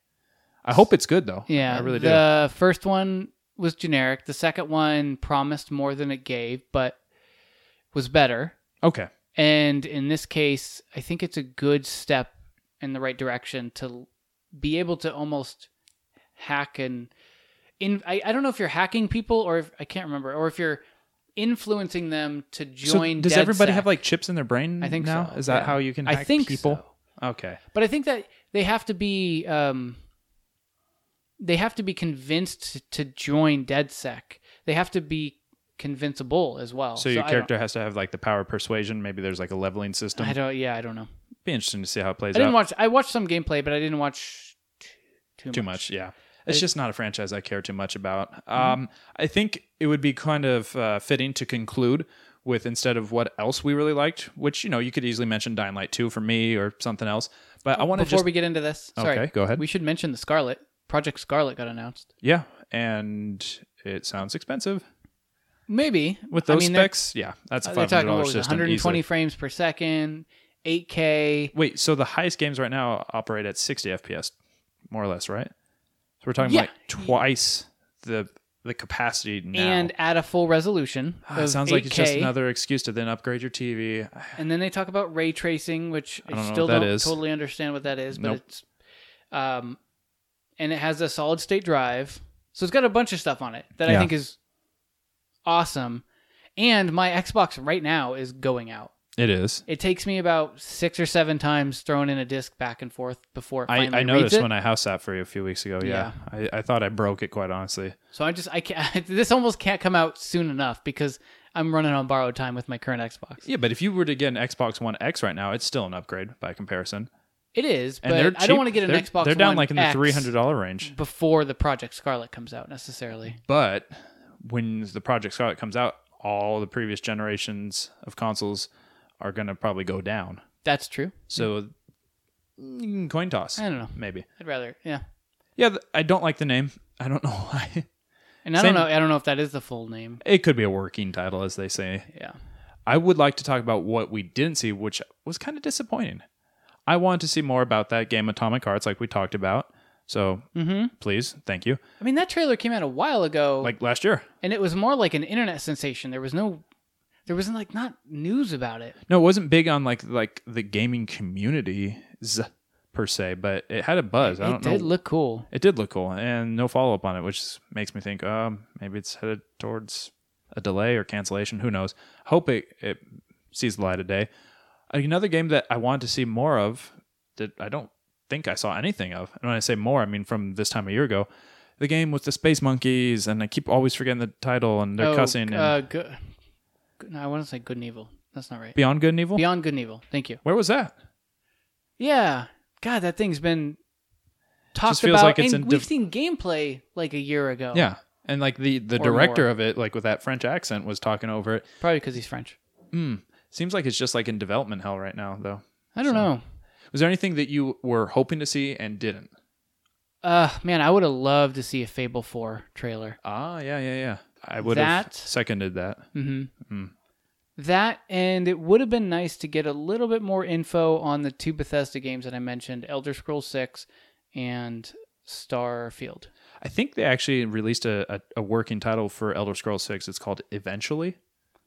A: I hope it's good though.
B: Yeah,
A: I really do.
B: the first one was generic. The second one promised more than it gave, but was better.
A: Okay.
B: And in this case, I think it's a good step in the right direction to be able to almost hack and in I, I don't know if you're hacking people or if I can't remember or if you're influencing them to
A: So
B: join
A: does everybody
B: DedSec.
A: have like chips in their brain?
B: I think
A: now?
B: so,
A: Is that
B: yeah.
A: how you can?
B: I
A: Hack
B: think
A: people.
B: so.
A: Okay.
B: But I think that they have to be um, they have to be convinced to, to join DedSec. They have to be convincible as well.
A: So your
B: I don't-
A: character has to have like the power of persuasion. Maybe there's like a leveling system.
B: I don't. Yeah, I don't know.
A: Be interesting to see how it
B: I
A: plays
B: didn't
A: out.
B: watch. I watched some gameplay, but I didn't watch t- too,
A: too much. Yeah, it's just not a franchise I care too much about. Um, I think it would be kind of uh, fitting to conclude with instead of what else we really liked, which you know you could easily mention Dying Light Two for me or something else. But I want to
B: Before
A: just
B: we get into this, sorry,
A: Okay, go ahead.
B: We should mention the Scarlet Project. Scarlet got announced.
A: yeah, and it sounds expensive
B: Maybe
A: with
B: I
A: those
B: mean, they're- uh,
A: specs. Yeah, that's a
B: They're
A: five hundred
B: talking what
A: dollars
B: was it,
A: system.
B: 120
A: easily.
B: frames per second, 8K.
A: Wait, so the highest games right now operate at 60 FPS, more or less, right? So we're talking
B: Yeah.
A: like twice the the capacity now.
B: and at a full resolution.
A: Ah, it
B: of
A: sounds like it's just
B: 8K.
A: another excuse to then upgrade your TV.
B: And then they talk about ray tracing, which I,
A: don't know
B: still
A: what that
B: don't
A: is.
B: totally understand what that is, but
A: Nope.
B: it's um and it has a solid state drive. So it's got a bunch of stuff on it that I
A: Yeah.
B: think is awesome. And my Xbox right now is going out.
A: It is.
B: It takes me about six or seven times throwing in a disc back and forth before it
A: I,
B: finally
A: I noticed
B: reads it.
A: when I house sat for you a few weeks ago. Yeah, I, I thought I broke it quite honestly.
B: so I just I can't. This almost can't come out soon enough because I'm running on borrowed time with my current Xbox.
A: Yeah, but if you were to get an Xbox One X right now, it's still an upgrade by comparison.
B: It is, but
A: And they're
B: I don't
A: cheap.
B: want to get an
A: They're-
B: Xbox.
A: They're down
B: One
A: like in the
B: X
A: three hundred dollar range.
B: before the Project Scarlet comes out
A: Mm-hmm.
B: necessarily.
A: but when the Project Scarlet comes out, all the previous generations of consoles are going to probably go down.
B: That's true.
A: So mm, coin toss.
B: Hmm. I don't know.
A: Maybe.
B: I'd rather, yeah.
A: Yeah, th- I don't like the name. I don't know why.
B: And I
A: Same-
B: don't know. I don't know if that is the full name.
A: It could be a working title, as they say.
B: Yeah.
A: I would like to talk about what we didn't see, which was kind of disappointing. I want to see more about that game Atomic Hearts, like we talked about. So
B: Mm-hmm.
A: please, thank you.
B: I mean, that trailer came out a while ago,
A: Like last year.
B: and it was more like an internet sensation. There was no, there wasn't like not news about it.
A: No, it wasn't big on like like the gaming community per se, but it had a buzz. I
B: It
A: don't
B: did
A: know.
B: look cool.
A: it did look cool, and no follow up on it, which makes me think um, maybe it's headed towards a delay or cancellation. Who knows? Hope it, it sees the light of day. Another game that I wanted to see more of that I don't think I saw anything of, and when I say more, I mean from this time a year ago, the game with the space monkeys, and I keep always forgetting the title, and they're
B: Oh,
A: cussing. And
B: Uh, good. No, I want to say Good and Evil. That's not right.
A: Beyond Good and Evil.
B: Beyond Good and Evil. Thank you.
A: Where was that?
B: Yeah. God, that thing's been talked
A: feels
B: about.
A: like it's
B: and
A: in
B: we've
A: div-
B: seen gameplay like a year ago.
A: Yeah. And like the the
B: Oh. Or
A: director
B: more.
A: of it, like with that French accent, was talking over it.
B: Probably because he's French.
A: Seems like it's just like in development hell right now, though.
B: I don't know.
A: Was there anything that you were hoping to see and didn't?
B: Uh, man, I would have loved to see a Fable 4 trailer.
A: Ah, yeah, yeah, yeah. I would have
B: That- Hmm.
A: seconded that.
B: That, and it would have been nice to get a little bit more info on the two Bethesda games that I mentioned Elder Scrolls 6 and Starfield.
A: I think they actually released a, a, a working title for Elder Scrolls Six. It's called Eventually.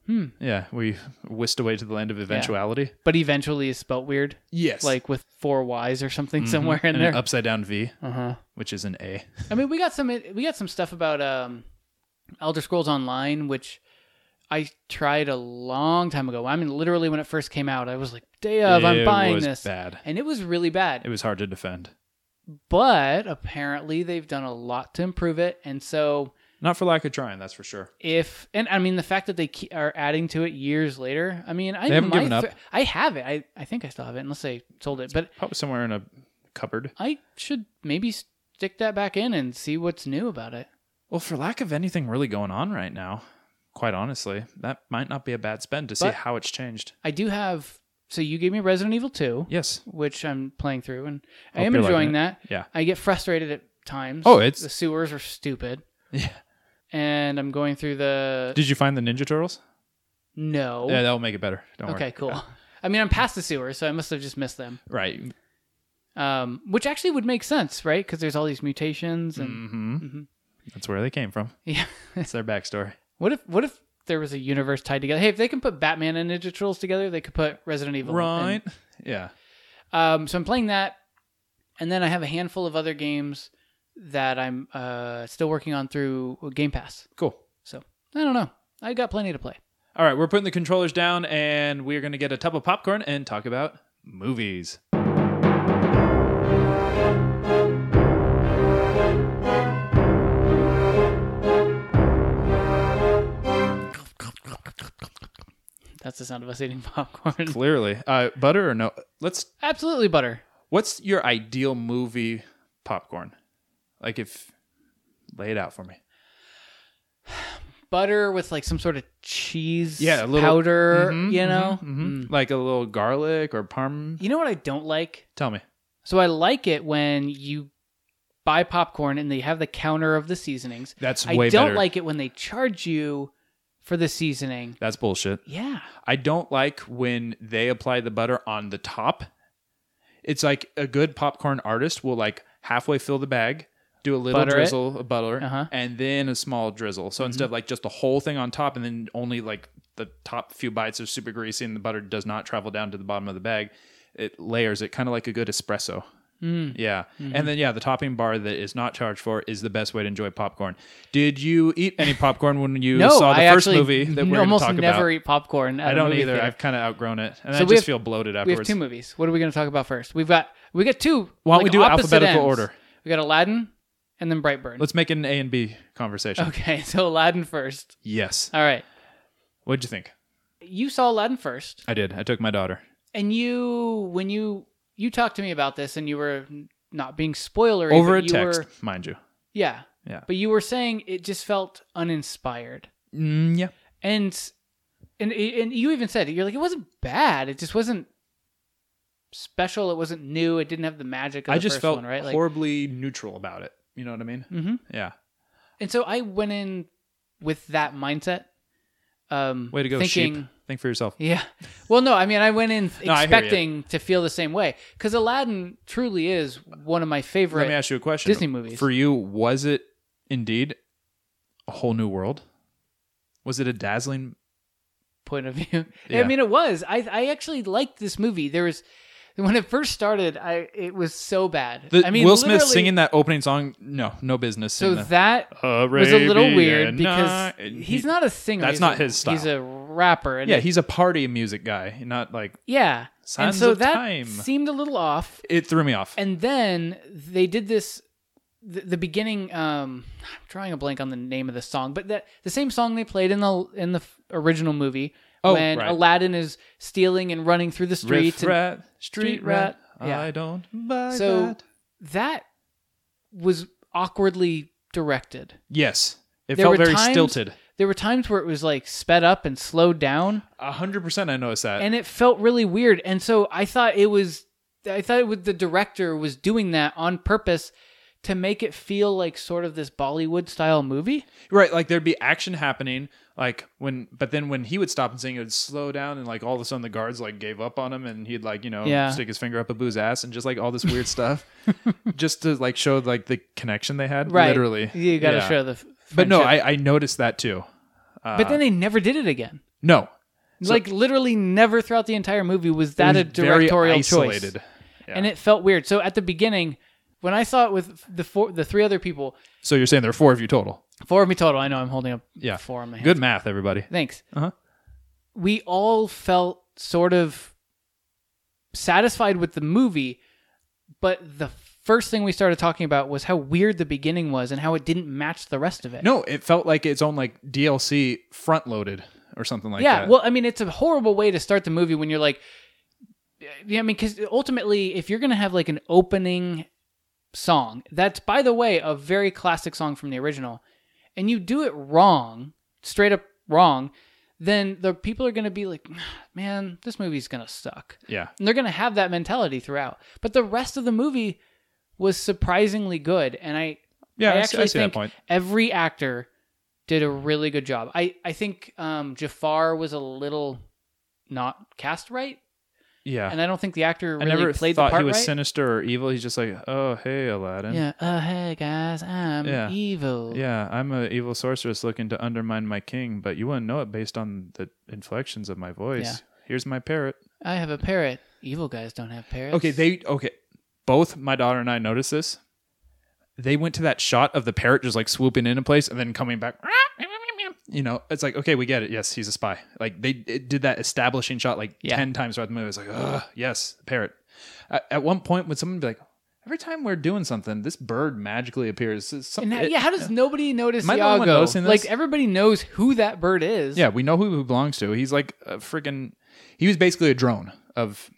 A: Hmm. Yeah, we whisked away to the land of eventuality.
B: But eventually is spelt weird,
A: Yes, like
B: like with four Y's or something somewhere in
A: Mm-hmm. and
B: there.
A: an upside down V,
B: Uh-huh.
A: which is an A.
B: I mean, we got some we got some stuff about um, Elder Scrolls Online, which I tried a long time ago. I mean, literally when it first came out, I was like, "Day of, Oh, I'm
A: It
B: buying
A: was
B: this,"
A: bad.
B: and it was really bad.
A: It was hard to defend.
B: but apparently they've done a lot to improve it and so
A: Not for lack of trying, that's for sure.
B: if and i mean the fact that they ke- are adding to it years later i mean i
A: They haven't
B: might
A: given up.
B: fi- i have it I, I think i still have it unless they sold it but
A: Probably somewhere in a cupboard.
B: i should maybe stick that back in and see what's new about it
A: Well, for lack of anything really going on right now, quite honestly, that might not be a bad spend to see
B: But-
A: how it's changed.
B: i do have so you gave me resident evil 2
A: Yes.
B: which i'm playing through and i
A: Hope
B: am
A: you're liking
B: enjoying
A: it.
B: that
A: Yeah.
B: i get frustrated at times
A: Oh, it's-
B: the sewers are stupid
A: Yeah.
B: and i'm going through the
A: Did you find the Ninja Turtles?
B: no
A: Yeah, that'll make it better. Don't worry.
B: Oh. okay cool i mean i'm past the sewers so i must have just missed them
A: Right.
B: um, which actually would make sense, right? Because there's all these mutations, and
A: Mm. That's where they came from.
B: yeah.
A: That's their backstory.
B: what if what if there was a universe tied together. Hey, if they can put Batman and Ninja Turtles together, they could put Resident Evil. in.
A: Right. Yeah.
B: Um, so I'm playing that, and then I have a handful of other games that I'm uh, still working on through Game Pass.
A: Cool.
B: So I don't know. I got plenty to play.
A: All right, we're putting the controllers down and we're going to get a tub of popcorn and talk about movies.
B: That's the sound of us eating popcorn.
A: Clearly. Uh, butter or no? Let's
B: Absolutely butter.
A: What's your ideal movie popcorn? Like if lay it out for me.
B: Butter with like some sort of cheese
A: Yeah, a little-
B: powder,
A: Mhm,
B: Er, you know? Mm.
A: mhm. Like a little garlic or parm?
B: You know what I don't like?
A: Tell me.
B: So I like it when you buy popcorn and they have the counter of the seasonings.
A: That's
B: I
A: way
B: don't
A: better.
B: like it when they charge you for the seasoning.
A: That's bullshit.
B: Yeah.
A: I don't like when they apply the butter on the top. It's like a good popcorn artist will like halfway fill the bag, do a little
B: Butter it.
A: drizzle of butter,
B: Uh-huh. Mm-hmm.
A: and then a small drizzle. So instead of like just the whole thing on top, and then only like the top few bites are super greasy, and the butter does not travel down to the bottom of the bag. It layers it kind of like a good espresso.
B: Mm.
A: Yeah.
B: Mm-hmm.
A: And then, yeah, the topping bar that is not charged for is the best way to enjoy popcorn. Did you eat any popcorn when you
B: No,
A: saw the
B: I
A: first
B: actually
A: movie that we're going to
B: almost
A: talk
B: never
A: about?
B: eat popcorn. At
A: I
B: a
A: don't
B: movie
A: either.
B: theater.
A: I've kind of outgrown it, and I
B: So we
A: just
B: have-
A: feel bloated
B: we have
A: afterwards.
B: two movies. What are we going to talk about first? We've got we got two.
A: Why don't we
B: like,
A: do
B: opposite
A: alphabetical
B: ends.
A: order?
B: We got Aladdin and then Brightburn.
A: Let's make it an A and B conversation.
B: okay, so Aladdin first.
A: Yes.
B: All right,
A: What'd you think?
B: you saw Aladdin first.
A: I did. I took my daughter.
B: and you when you you talked to me about this and you were not being spoilery
A: Over
B: but
A: a
B: you
A: text,
B: were,
A: mind you.
B: yeah
A: Yeah.
B: but you were saying it just felt uninspired
A: Mm, yeah.
B: and and and you even said it, you're like it wasn't bad it just wasn't special it wasn't new it didn't have the magic of
A: I
B: the
A: just
B: first
A: felt
B: one right like
A: horribly neutral about it. You know what I mean?
B: hmm
A: Yeah.
B: and so i went in with that mindset um
A: Way to go,
B: thinking
A: sheep. Think for yourself.
B: Yeah. Well, no, I mean, I went in
A: No, I hear ya.
B: expecting to feel the same way because Aladdin truly is one of my
A: Let me
B: favorite.
A: ask you a question.
B: Disney movies.
A: For you, was it indeed a whole new world? Was it a dazzling?
B: point of view.
A: Yeah.
B: I mean, it was. I I actually liked this movie. There was when it first started. I it was so bad.
A: The,
B: I mean,
A: Will Smith
B: literally-
A: singing that opening song? No, no business.
B: So
A: in the,
B: that was a little weird
A: Arabian
B: because
A: night.
B: he's not a singer.
A: that's
B: he's
A: not
B: a-
A: his style.
B: He's a rapper. And
A: Yeah, he's a party music guy, not like
B: yeah. And
A: Signs
B: so
A: of
B: that
A: time.
B: seemed a little off.
A: it threw me off.
B: and then they did this the, the beginning um i'm drawing a blank on the name of the song but that the same song they played in the in the f- original movie
A: Oh,
B: when
A: right.
B: aladdin is stealing and running through the streets
A: Riff
B: and
A: rat, street rat.
B: rat, yeah.
A: I don't buy
B: So-
A: that.
B: that was awkwardly directed
A: Yes, it
B: There
A: felt
B: were
A: very
B: times-
A: stilted.
B: there were times where it was like sped up and slowed down
A: A hundred percent, I noticed that.
B: and it felt really weird and so i thought it was i thought it was, the director was doing that on purpose to make it feel like sort of this bollywood style movie
A: right, like there'd be action happening, like when, but then when he would stop and sing, it would slow down, and like all of a sudden the guards like gave up on him, and he'd like you know
B: Yeah.
A: stick his finger up a boo's ass, and just like all this weird stuff, just to like show like the connection they had.
B: right
A: Literally,
B: you gotta
A: Yeah.
B: show the f-
A: But no, uh,
B: friendship.
A: I, I noticed that too.
B: but then they never did it again
A: No,
B: like literally never throughout the entire movie was that a
A: It was very
B: directorial
A: isolated.
B: choice and it felt weird so at the beginning when i saw it with the four the three other people
A: So you're saying there are four of you total?
B: four of me total i know i'm holding up
A: Yeah.
B: four on my hand
A: Good math, everybody.
B: thanks
A: Uh-huh.
B: we all felt sort of satisfied with the movie but the first thing we started talking about was how weird the beginning was and how it didn't match the rest of it
A: No, it felt like its own like DLC front loaded or something like
B: yeah,
A: that.
B: well, I mean, it's a horrible way to start the movie when you're like, yeah, I mean, because ultimately, if you're gonna have like an opening song that's, by the way, a very classic song from the original, and you do it wrong, straight up wrong, then the people are gonna be like, "Ah, man, this movie's gonna suck,
A: yeah.
B: and they're gonna have that mentality throughout. But the rest of the movie was surprisingly good, and I
A: Yeah, I,
B: I actually
A: actually see
B: think
A: that point.
B: every actor did a really good job. I I think um, Jafar was a little not cast right.
A: Yeah.
B: And I don't think the actor
A: I
B: really
A: never
B: played
A: thought
B: the part
A: he was
B: right.
A: sinister or evil. He's just like, oh hey, Aladdin.
B: yeah. Oh hey guys, I'm
A: Yeah.
B: evil.
A: Yeah, I'm an evil sorceress looking to undermine my king, but you wouldn't know it based on the inflections of my voice.
B: Yeah.
A: Here's my parrot.
B: I have a parrot. Evil guys don't have parrots.
A: Okay, they okay. Both my daughter and I noticed this. They went to that shot of the parrot just like swooping into place and then coming back. You know, it's like okay, we get it. Yes, he's a spy. Like they it did that establishing shot like
B: Yeah.
A: ten times throughout the movie. It's like, ugh, yes, the parrot. At, at one point, would someone be like, every time we're doing something, this bird magically appears. It's Some,
B: And how,
A: it-
B: yeah, how does nobody notice
A: Am I the only one
B: Iago?
A: noticing this?
B: Like everybody knows who that bird is.
A: Yeah, we know who he belongs to. He's like a freaking. He was basically a drone of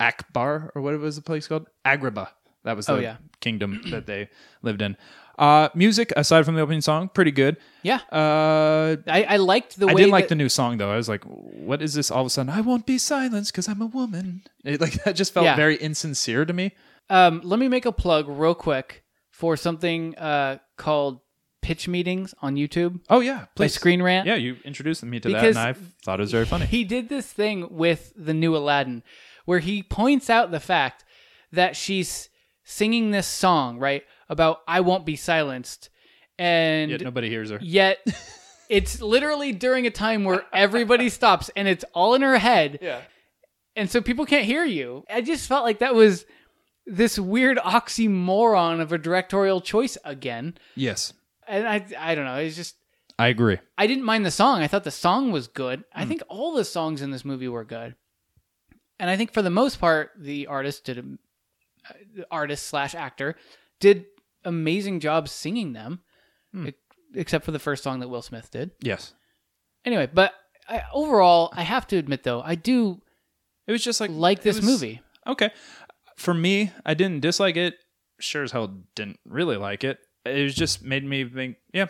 A: Akbar or whatever was the place called Agrabah. That was the
B: Oh, yeah.
A: kingdom that they lived in. Uh, music aside from the opening song, pretty good.
B: Yeah.
A: Uh,
B: I, I liked the
A: I
B: way
A: didn't like
B: that-
A: the new song though. I was like, "What is this?" All of a sudden, I won't be silenced because I'm a woman. It, like that just felt
B: Yeah.
A: very insincere to me.
B: Um, let me make a plug real quick for something uh, called pitch meetings on YouTube
A: Oh yeah,
B: by
A: please.
B: Screen Rant.
A: Yeah, you introduced me to
B: Because-
A: that, and I thought it was very funny.
B: He did this thing with the new Aladdin where he points out the fact that she's singing this song, right? About I won't be silenced. And
A: Yet nobody hears her.
B: yet it's literally during a time where everybody stops and it's all in her head.
A: Yeah.
B: And so people can't hear you. I just felt like that was this weird oxymoron of a directorial choice again.
A: Yes,
B: And I I don't know, it's just
A: I agree.
B: I didn't mind the song. I thought the song was good. I
A: Hmm.
B: think all the songs in this movie were good. And I think for the most part the artist did a, uh, the artist slash actor did amazing job singing them.
A: Hmm.
B: e- Except for the first song that Will Smith did
A: Yes,
B: anyway but I, overall i have to admit though i do
A: it was just like
B: like
A: it
B: this
A: was-
B: movie
A: Okay. For me, I didn't dislike it. Sure as hell didn't really like it. It was just made me think, yeah,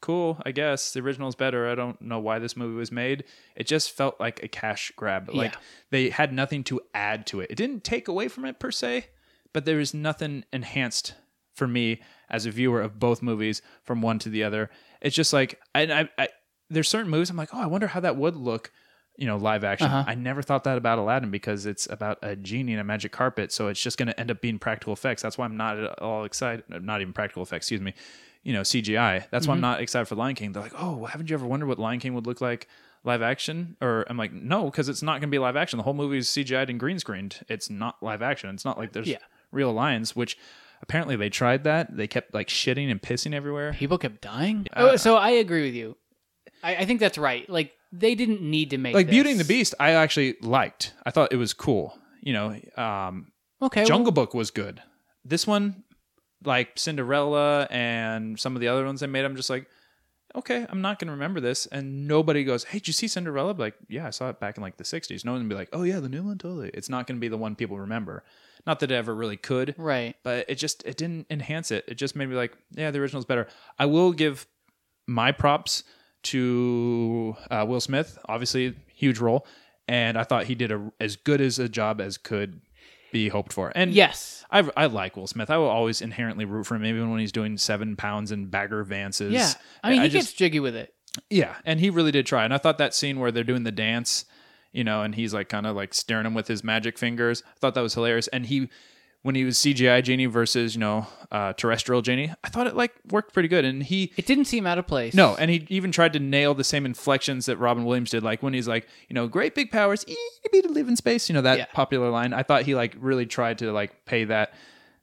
A: cool, I guess. The original's better. I don't know why this movie was made. It just felt like a cash grab. Like
B: Yeah.
A: they had nothing to add to it. It didn't take away from it per se, but there was nothing enhanced for me as a viewer of both movies from one to the other. It's just like and I, I there's certain movies I'm like, oh, I wonder how that would look, you know, live action. I never thought that about Aladdin because it's about a genie and a magic carpet, so it's just going to end up being practical effects. That's why I'm not at all excited. uh, Not even practical effects, excuse me. You know, CGI. That's why I'm not excited for Lion King. They're like, oh, well, haven't you ever wondered what Lion King would look like live action? Or I'm like, no, because it's not going to be live action. The whole movie is CGI'd and green screened. It's not live action. It's not like there's
B: Yeah.
A: real lions, which apparently they tried that. They kept like shitting and pissing everywhere.
B: people kept dying oh, so i agree with you I, I think that's right like they didn't need to make
A: like Beauty and
B: this.
A: the Beast, I actually liked. I thought it was cool. You know, um,
B: okay well,
A: Jungle Book was good. This one, like Cinderella and some of the other ones they made, I'm just like, okay, I'm not gonna remember this. And nobody goes, hey, did you see Cinderella? I'd be like, yeah, I saw it back in like the '60s. No one would be like, oh yeah, the new one totally. It's not gonna be the one people remember. Not that it ever really could
B: right
A: but it just it didn't enhance it. It just made me like, yeah, the original's better. I will give my props to uh, Will Smith, obviously huge role, and I thought he did a, as good as a job as could be hoped for. And
B: yes
A: I, I like Will Smith. I will always inherently root for him, even when he's doing seven pounds and bagger vances.
B: yeah i mean he
A: just,
B: gets jiggy with it
A: yeah, and he really did try. And I thought that scene where they're doing the dance, you know, and he's like kind of like staring him with his magic fingers. I thought that was hilarious. And he, when he was CGI genie versus you know uh, terrestrial genie, I thought it like worked pretty good. And he
B: it didn't seem out of place
A: no, and he even tried to nail the same inflections that Robin Williams did, like when he's like, you know, great big powers, ee, be to live in space, you know, that
B: Yeah.
A: popular line. I thought he like really tried to like pay that,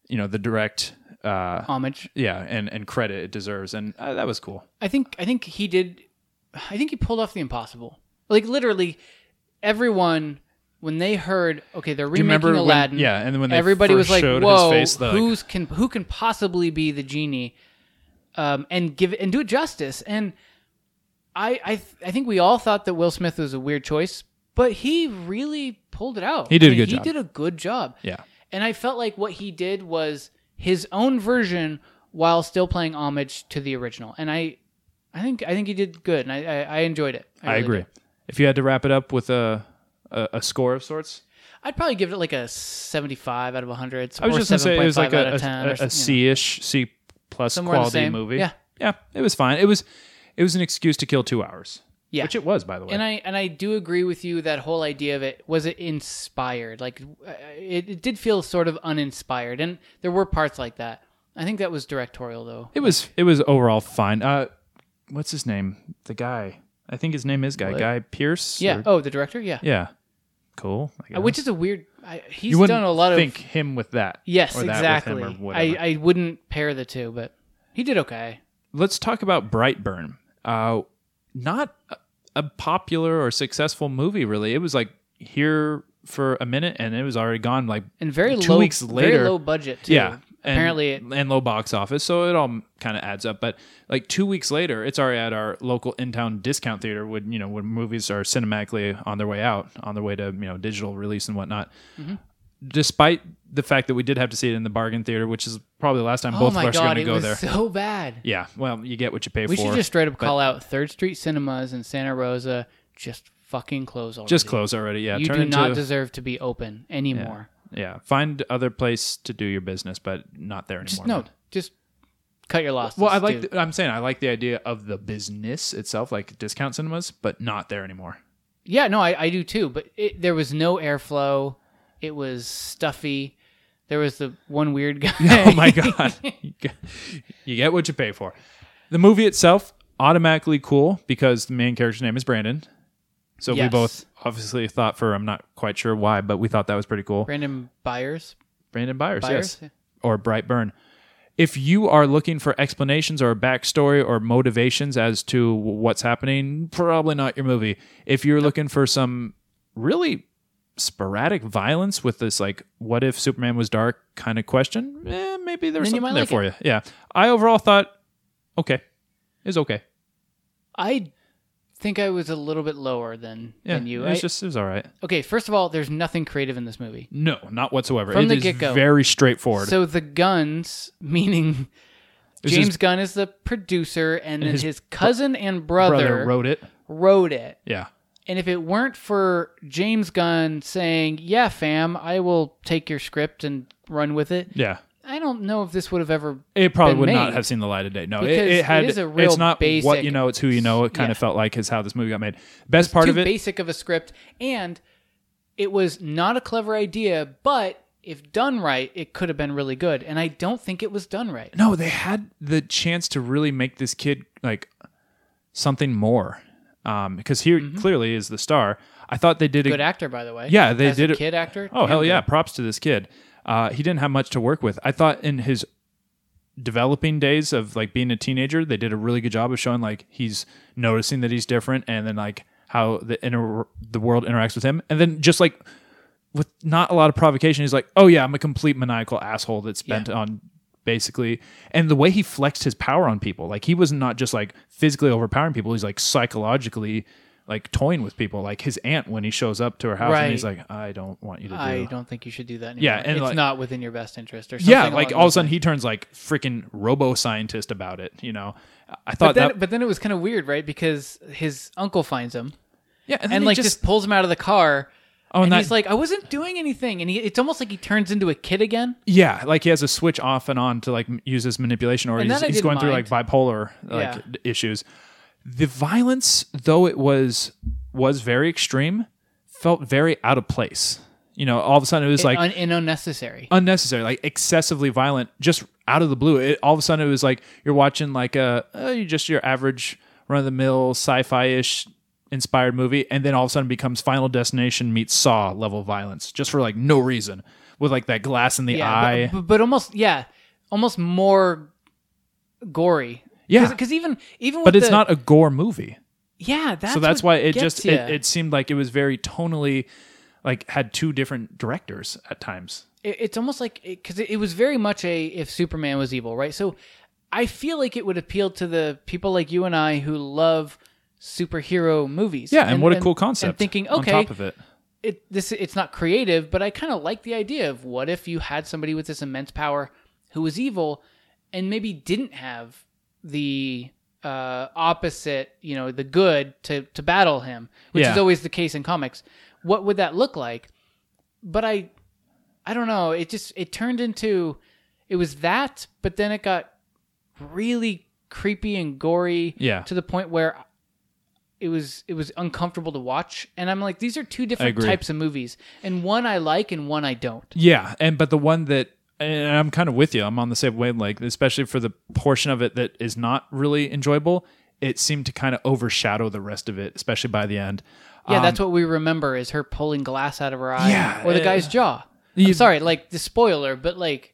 A: you know, the direct. Uh,
B: homage
A: yeah, and, and credit it deserves, and uh, that was cool.
B: I think I think he did. I think he pulled off the impossible. Like literally, everyone when they heard, okay, they're
A: you
B: remaking
A: remember when-
B: Aladdin.
A: yeah, and when they
B: everybody
A: first
B: was like,
A: showed his
B: "Whoa,
A: face, they're like-
B: who's can who can possibly be the genie?" Um, and give it and do it justice. And I I th- I think we all thought that Will Smith was a weird choice, but he really pulled it out.
A: He did a
B: I mean,
A: good
B: he
A: job.
B: did a good job.
A: Yeah,
B: And I felt like what he did was his own version while still playing homage to the original. And I I think I think he did good and I I, I enjoyed it.
A: I
B: really
A: agree.
B: did.
A: If you had to wrap it up with a a, a score of sorts,
B: I'd probably give it like a 75 out of 100.
A: I was
B: or
A: just gonna say it was
B: 7.5
A: like
B: out
A: a,
B: of 10
A: a,
B: or,
A: a, a
B: you know.
A: C-ish, C plus
B: Somewhere in the
A: quality
B: same.
A: movie.
B: Yeah.
A: yeah, it was fine. It was it was an excuse to kill two hours.
B: Yeah.
A: which it was, by the way.
B: and I and I do agree with you that whole idea of it was it inspired like uh, it, it did feel sort of uninspired and there were parts like that I think that was directorial though
A: it was it was overall fine. Uh, what's his name? The guy. I think his name is guy guy Pierce.
B: yeah
A: or-
B: oh the director yeah,
A: yeah. Cool. I
B: which
A: guess.
B: is a weird I, he's
A: you wouldn't
B: done a lot
A: think
B: of
A: him with that.
B: yes
A: or that
B: exactly
A: With him or whatever.
B: I I wouldn't pair the two but he did okay
A: let's talk about Brightburn. Uh, not a, a popular or successful movie, really. It was like here for a minute and it was already gone. Like
B: and very
A: Two
B: low
A: weeks later-
B: very low budget too.
A: yeah, and,
B: apparently it,
A: and low box office, so it all kind of adds up. But like two weeks later, it's already at our local in-town discount theater. When you know when movies are cinematically on their way out, on their way to you know digital release and whatnot.
B: Mm-hmm.
A: Despite the fact that we did have to see it in the bargain theater, which is probably the last time
B: oh
A: both of
B: my
A: us are going
B: god
A: to
B: it
A: go
B: was
A: there.
B: so bad
A: yeah, well, you get what you pay
B: we
A: for.
B: should just straight up
A: but-
B: call out Third Street Cinemas in Santa Rosa just fucking close already
A: Just close already. Yeah,
B: you
A: turn
B: do
A: into,
B: not deserve to be open anymore.
A: yeah. Find other place to do your business, but not there anymore.
B: Just no, just cut your losses.
A: Well, I like.
B: dude.
A: The, I'm saying I like the idea of the business itself, like discount cinemas, but not there anymore.
B: yeah, no, I, I do too. But it, there was no airflow. It was stuffy. There was the one weird guy.
A: Oh my god, you get- you get what you pay for. The movie itself automatically cool because the main character's name is Brandon. So we
B: Yes.
A: both obviously thought for I'm not quite sure why, but we thought that was pretty cool.
B: Brandon Byers.
A: Brandon Byers,
B: Byers, yeah.
A: yes, or Bright Burn. If you are looking for explanations or backstory or motivations as to what's happening, probably not your movie. If you're looking for some really sporadic violence with this, like, what if Superman was dark kind of question, eh, maybe there's
B: Then
A: something
B: you might
A: there
B: like
A: for you. Yeah. I overall thought, okay, is okay.
B: I think I was a little bit lower than
A: Yeah.
B: than you.
A: It was
B: I-
A: just, it was all right.
B: okay, first of all, there's nothing creative in this movie.
A: No, not whatsoever.
B: From
A: It
B: the
A: is
B: get-go.
A: very straightforward.
B: So the guns, meaning
A: It's
B: James
A: just-
B: Gunn is the producer, and then
A: his
B: his, cousin and
A: brother
B: brother,
A: wrote it.
B: wrote it.
A: Yeah.
B: And if it weren't for James Gunn saying, "Yeah, fam, I will take your script and run with it,"
A: Yeah.
B: I don't know if this would have ever.
A: It probably
B: been
A: would not
B: made.
A: have seen the light of day. No, it,
B: Because
A: it
B: it
A: had.
B: is a real
A: it's not what
B: basic-
A: you know; it's who you know. It kind
B: Yeah.
A: of felt like is how this movie got made. Best part
B: too
A: of it,
B: basic of a script, and it was not a clever idea, but if done right, it could have been really good. And I don't think it was done right.
A: no, they had the chance to really make this kid like something more, um, because here
B: Mm-hmm.
A: clearly is the star. I thought they did a
B: Good actor, by the way.
A: Yeah, they
B: As
A: did
B: a
A: it-
B: Kid actor.
A: Oh hell
B: damn
A: yeah!
B: good.
A: Props to this kid. Uh, he didn't have much to work with. I thought in his developing days of like being a teenager, they did a really good job of showing like he's noticing that he's different, and then like how the inner the world interacts with him, and then just like with not a lot of provocation, he's like, "Oh yeah, I'm a complete maniacal asshole that's bent on." basically and the way he flexed his power on people like he was not just like physically overpowering people he's like psychologically like toying with people like his aunt when he shows up to her house and he's
B: Right.
A: like i don't want you to do
B: I don't think you should do that. Anymore.
A: Yeah, and
B: it's
A: like-
B: not within your best interest. Or something
A: yeah, like
B: along
A: all of a
B: those
A: sudden he turns like freaking robo scientist about it. You know, I
B: But
A: thought
B: then,
A: that.
B: but then it was kind of weird, right? Because his uncle finds him
A: yeah, and, then
B: and
A: he
B: like just,
A: just,
B: pulls him out of the car.
A: oh, and
B: and
A: that,
B: he's like, I wasn't doing anything, and he, it's almost like he turns into a kid again.
A: yeah, like he has a switch off and on to like m- use his manipulation, or
B: And
A: he's,
B: that I
A: he's
B: didn't
A: going through like bipolar like
B: Yeah.
A: d- issues. The violence, though it was was very extreme, felt very out of place. You know, all of a sudden it was like
B: Un- and unnecessary.
A: unnecessary, like excessively violent, just out of the blue. It, all of a sudden, it was like you're watching like a uh, you just your average run of the mill sci-fi ish inspired movie, and then all of a sudden becomes Final Destination meets Saw level violence, just for like no reason, with like that glass in the
B: yeah,
A: eye.
B: but, but almost yeah, almost more gory.
A: Yeah.
B: because even even with
A: but it's
B: the-
A: not a gore movie.
B: yeah. That's
A: so that's
B: what
A: why it
B: gets
A: just it,
B: ya.
A: it seemed like it was very tonally like had two different directors at times.
B: it, it's almost like because it, it was very much a if Superman was evil, right? So I feel like it would appeal to the people like you and I who love superhero movies.
A: Yeah, and, what a cool concept.
B: And thinking,
A: on
B: okay,
A: top of it.
B: it this it's not creative, but I kind of like the idea of what if you had somebody with this immense power who was evil and maybe didn't have the uh, opposite, you know, the good to to battle him, which
A: Yeah.
B: is always the case in comics. What would that look like? But I I don't know, it just it turned into it was that, but then it got really creepy and gory
A: Yeah.
B: to the point where it was it was uncomfortable to watch. And I'm like, these are two different
A: agree.
B: types of movies, and one I like and one I don't.
A: Yeah, and but the one that and I'm kind of with you. I'm on the same wavelength, especially for the portion of it that is not really enjoyable. It seemed to kind of overshadow the rest of it, especially by the end.
B: Yeah, that's what we remember is her pulling glass out of her eye,
A: Um, Yeah,
B: or the
A: uh,
B: guy's jaw. I'm
A: you-
B: sorry, like the spoiler, but like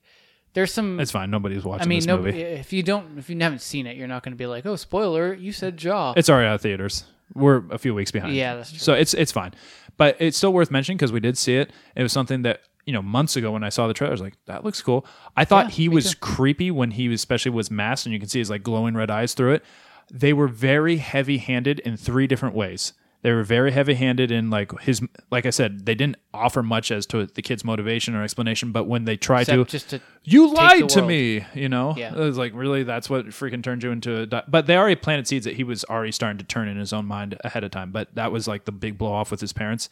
B: there's some.
A: It's fine. Nobody's watching
B: I mean,
A: this
B: no,
A: movie.
B: if you don't, if you haven't seen it, you're not going to be like, oh, spoiler, you said jaw.
A: It's already out of theaters. We're a few weeks behind.
B: Yeah, that's true.
A: So it's it's fine, but it's still worth mentioning because we did see it. It was something that you know months ago when I saw the trailer, I was like, "That looks cool." I thought he was creepy when he was, especially was masked, and you can see his like glowing red eyes through it. They were very heavy-handed in three different ways. They were very heavy-handed in like his, like I said, they didn't offer much as to the kid's motivation or explanation. But when they tried
B: Except
A: to,
B: just to
A: you
B: take
A: lied
B: the
A: to
B: world.
A: me you know
B: Yeah.
A: it was like really that's what freaking turned you into a di- but they already planted seeds that he was already starting to turn in his own mind ahead of time but that was like the big blow off with his parents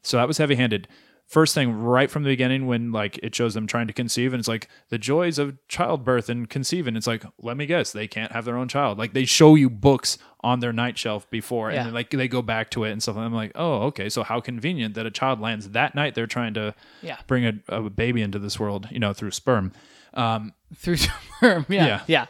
A: so that was heavy handed first thing right from the beginning when like it shows them trying to conceive and it's like the joys of childbirth and conceiving it's like let me guess they can't have their own child like they show you books on their night shelf before
B: Yeah.
A: and then, like they go back to it and stuff and i'm like oh okay so how convenient that a child lands that night they're trying to
B: Yeah.
A: bring a, a baby into this world you know through sperm um
B: through sperm. Yeah,
A: Yeah.
B: yeah,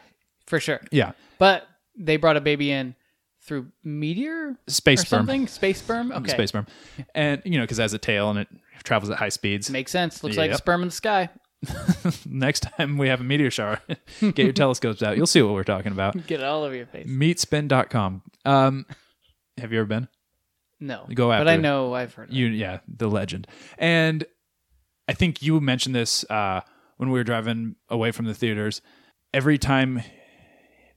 B: for sure.
A: yeah
B: But they brought a baby in through meteor
A: space
B: or
A: sperm
B: something, space sperm. Okay,
A: space sperm and you know because it has a tail and it travels at high speeds
B: makes sense. Looks like
A: Yep.
B: sperm in the sky.
A: next time we have a meteor shower get your telescopes out you'll see what we're talking about
B: Get it all over your face.
A: meatspin.com um have you ever been
B: No,
A: Go
B: But I
A: after.
B: know I've heard. of it.
A: you yeah the legend and i think you mentioned this uh when we were driving away from the theaters every time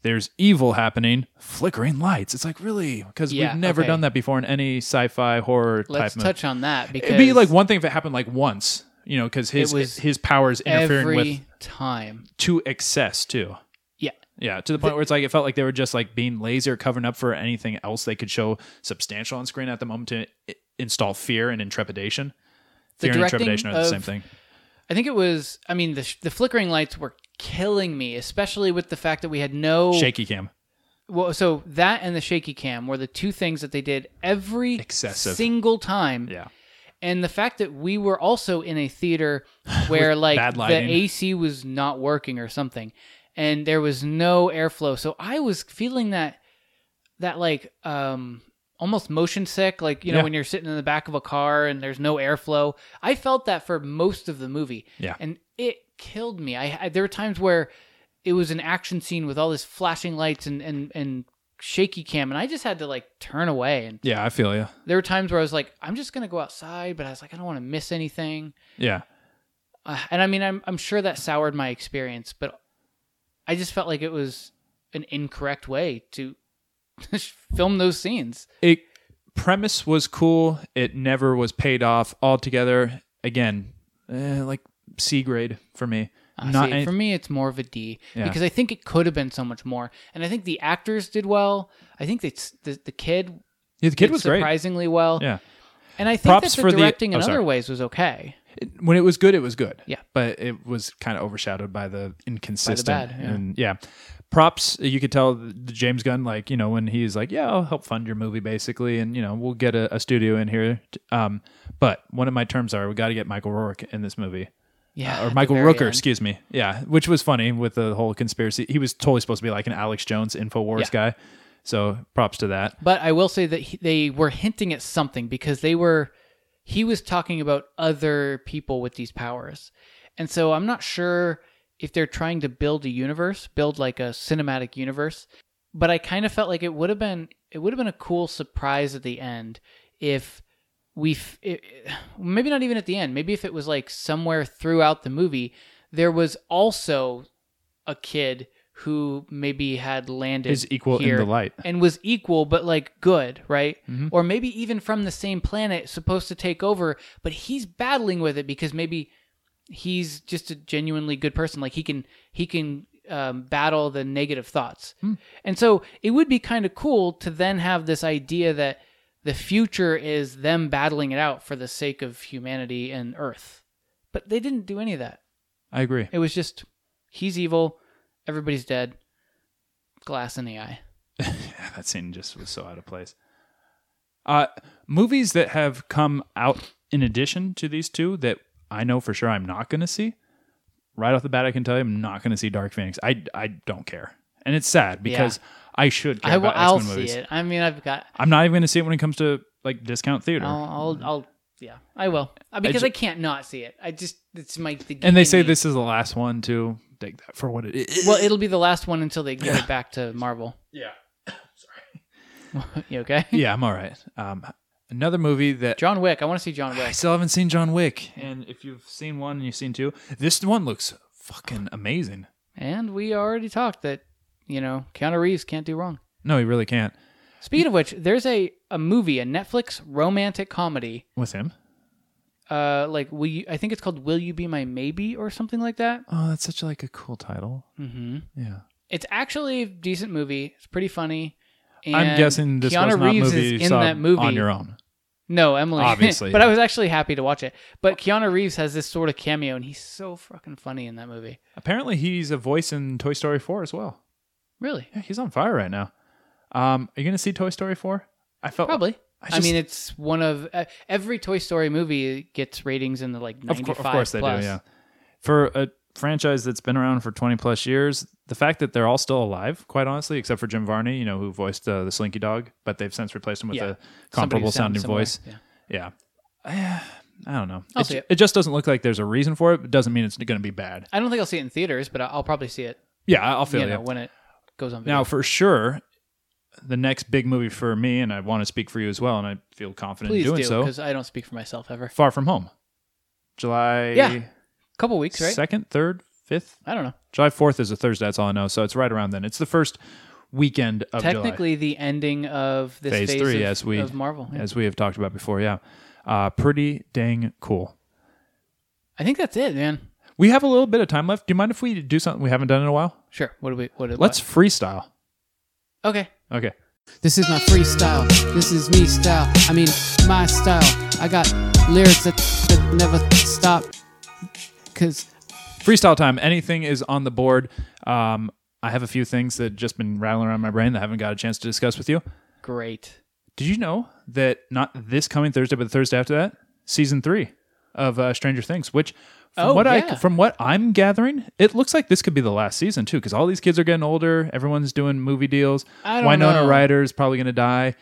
A: there's evil happening flickering lights it's like really because
B: Yeah,
A: we've never
B: okay.
A: done that before in any sci-fi horror
B: Let's
A: type
B: touch on that because
A: it'd be like one thing if it happened like once you know because his
B: It was
A: his powers interfering
B: every
A: with
B: time.
A: to excess too
B: Yeah,
A: yeah, to the point where it's like it felt like they were just like being lazy or covering up for anything else they could show substantial on screen at the moment to i- install fear and intrepidation.
B: The
A: Fear and
B: directing
A: intrepidation are the
B: of-
A: same thing.
B: I think it was. I mean, the sh- the flickering lights were killing me, especially with the fact that we had no
A: Shaky cam.
B: Well, so that and the shaky cam were the two things that they did every
A: Excessive.
B: single time.
A: Yeah.
B: and the fact that we were also in a theater where like
A: bad
B: the
A: lighting.
B: AC was not working or something and there was no airflow so I was feeling that that like um almost motion sick like you know
A: Yeah.
B: when you're sitting in the back of a car and there's no airflow I felt that for most of the movie
A: Yeah.
B: and it killed me I, I there were times where it was an action scene with all this flashing lights and and and shaky cam and I just had to like turn away and
A: Yeah, I feel you.
B: there were times where I was like, I'm just gonna go outside, but I was like, I don't want to miss anything.
A: Yeah.
B: Uh, and I mean, I'm I'm sure that soured my experience, but I just felt like it was an incorrect way to film those scenes.
A: It premise was cool. It never was paid off altogether. Again, eh, like C grade for me.
B: Uh,
A: Not
B: see,
A: any-
B: for me, it's more of a D
A: Yeah.
B: because I think it could have been so much more. And I think the actors did well. I think that the the kid
A: Yeah, the kid
B: did
A: was great.
B: surprisingly well.
A: Yeah.
B: And I think
A: Props
B: that
A: for
B: the
A: the-
B: directing
A: oh,
B: in
A: sorry.
B: other ways was okay.
A: it- when it was good, it was good.
B: Yeah.
A: but it was kind of overshadowed by the inconsistent
B: bad, yeah.
A: and yeah. Props, you could tell the the James Gunn, like you know, when he's like, "Yeah, I'll help fund your movie, basically," and you know, we'll get a, a studio in here. t- Um, but one of my terms are we got to get Michael Rourke in this movie,
B: Yeah.
A: Uh, or
B: at the
A: Michael
B: very
A: Rooker,
B: end.
A: excuse me. Yeah, which was funny with the whole conspiracy. He was totally supposed to be like an Alex Jones Infowars guy, so props to that.
B: But I will say that he, they were hinting at something because they were he was talking about other people with these powers. And so I'm not sure if they're trying to build a universe, build like a cinematic universe, but I kind of felt like it would have been it would have been a cool surprise at the end if we f- it, it- maybe not even at the end, maybe if it was like somewhere throughout the movie there was also a kid who maybe had landed
A: Is equal in
B: here
A: the light.
B: and was equal but like good right or maybe even from the same planet supposed to take over but he's battling with it because maybe he's just a genuinely good person like he can he can um, battle the negative thoughts and so it would be kind of cool to then have this idea that the future is them battling it out for the sake of humanity and earth but they didn't do any of that
A: I agree.
B: it was just he's evil everybody's dead glass in the eye
A: that scene just was so out of place. Uh, movies that have come out in addition to these two that I know for sure I'm not going to see. Right off the bat, I can tell you I'm not going to see Dark Phoenix. I, I don't care, and it's sad because I should care
B: I will,
A: about
B: I'll
A: X Men movies.
B: see it. I mean, I've got.
A: I'm not even going to see it when it comes to like discount theater.
B: I'll. I'll, I'll yeah, I will Uh, because I, can't not see it. I just it's my the geek
A: and they
B: in
A: say
B: me.
A: this is the last one too. Take that for what it is.
B: Well, it'll be the last one until they give it back to Marvel.
A: Yeah.
B: you okay?
A: Yeah, I'm all right. Um, another movie that
B: John Wick. I want to see John
A: I
B: Wick.
A: still haven't seen John Wick, and if you've seen one and you've seen two, this one looks fucking amazing.
B: And we already talked that you know Keanu Reeves can't do wrong.
A: No, he really can't
B: Speaking of which, there's a a movie, a Netflix romantic comedy.
A: with him.
B: Uh, like will you? I think it's called "Will You Be My Maybe" or something like that.
A: Oh, that's such like a cool title.
B: Mm-hmm.
A: Yeah,
B: It's actually a decent movie. It's pretty funny.
A: I'm
B: and
A: guessing this
B: Keanu
A: was not
B: Reeves
A: movie
B: is
A: you
B: in
A: saw
B: that movie
A: on your own.
B: No, Emily.
A: Obviously.
B: but I was actually happy to watch it. But Keanu Reeves has this sort of cameo, and he's so fucking funny in that movie.
A: Apparently, he's a voice in Toy Story 4 as well.
B: Really?
A: Yeah, he's on fire right now. Um, are you gonna see Toy Story 4? I felt
B: Probably.
A: I
B: I,
A: just-
B: mean, it's one of uh, every Toy Story movie gets ratings in the like
A: of,
B: ninety
A: cour-
B: five.
A: of course they
B: plus.
A: do. Yeah, for a franchise that's been around for 20 plus years, the fact that they're all still alive, quite honestly, except for Jim Varney, you know, who voiced uh, the Slinky Dog, but they've since replaced him with
B: Yeah.
A: a
B: Somebody who
A: comparable
B: sounds
A: sounding
B: similar.
A: voice.
B: Yeah.
A: Yeah. I, I don't know.
B: I'll
A: It,
B: see
A: ju-
B: it.
A: it just doesn't look like there's a reason for it. It doesn't mean it's going to be bad.
B: I don't think I'll see it in theaters, but I- I'll probably see it.
A: Yeah, I- I'll feel
B: You
A: you.
B: know, when it goes on. Video.
A: Now, for sure, the next big movie for me, and I want to speak for you as well, and I feel confident
B: please
A: in doing
B: do
A: so.
B: because I don't speak for myself ever.
A: Far from Home, July
B: Yeah, couple weeks, right?
A: second, third, fifth.
B: I don't know.
A: July fourth is a Thursday. That's all I know. So it's right around then. It's the first weekend of July.
B: Technically, the ending of this
A: Phase
B: phase,
A: three,
B: of,
A: yes, we-
B: of Marvel. yeah.
A: as we have talked about before. Yeah, uh, pretty dang cool.
B: I think that's it, man.
A: We have a little bit of time left. Do you mind if we do something we haven't done in a while?
B: Sure. What do we? What? do-
A: Let's freestyle.
B: what? Okay.
A: Okay.
D: This is my freestyle. This is me style. I mean, my style. I got lyrics that, that never stop. Cause
A: freestyle time. Anything is on the board. Um, I have a few things that just been rattling around my brain that I haven't got a chance to discuss with you.
B: Great.
A: Did you know that not this coming Thursday, but the Thursday after that, season three of uh, Stranger Things, which from
B: Oh,
A: what I
B: yeah.
A: from what I'm gathering, it looks like this could be the last season too, because all these kids are getting older. Everyone's doing movie deals.
B: I don't
A: Winona
B: know.
A: Ryder is probably going to die.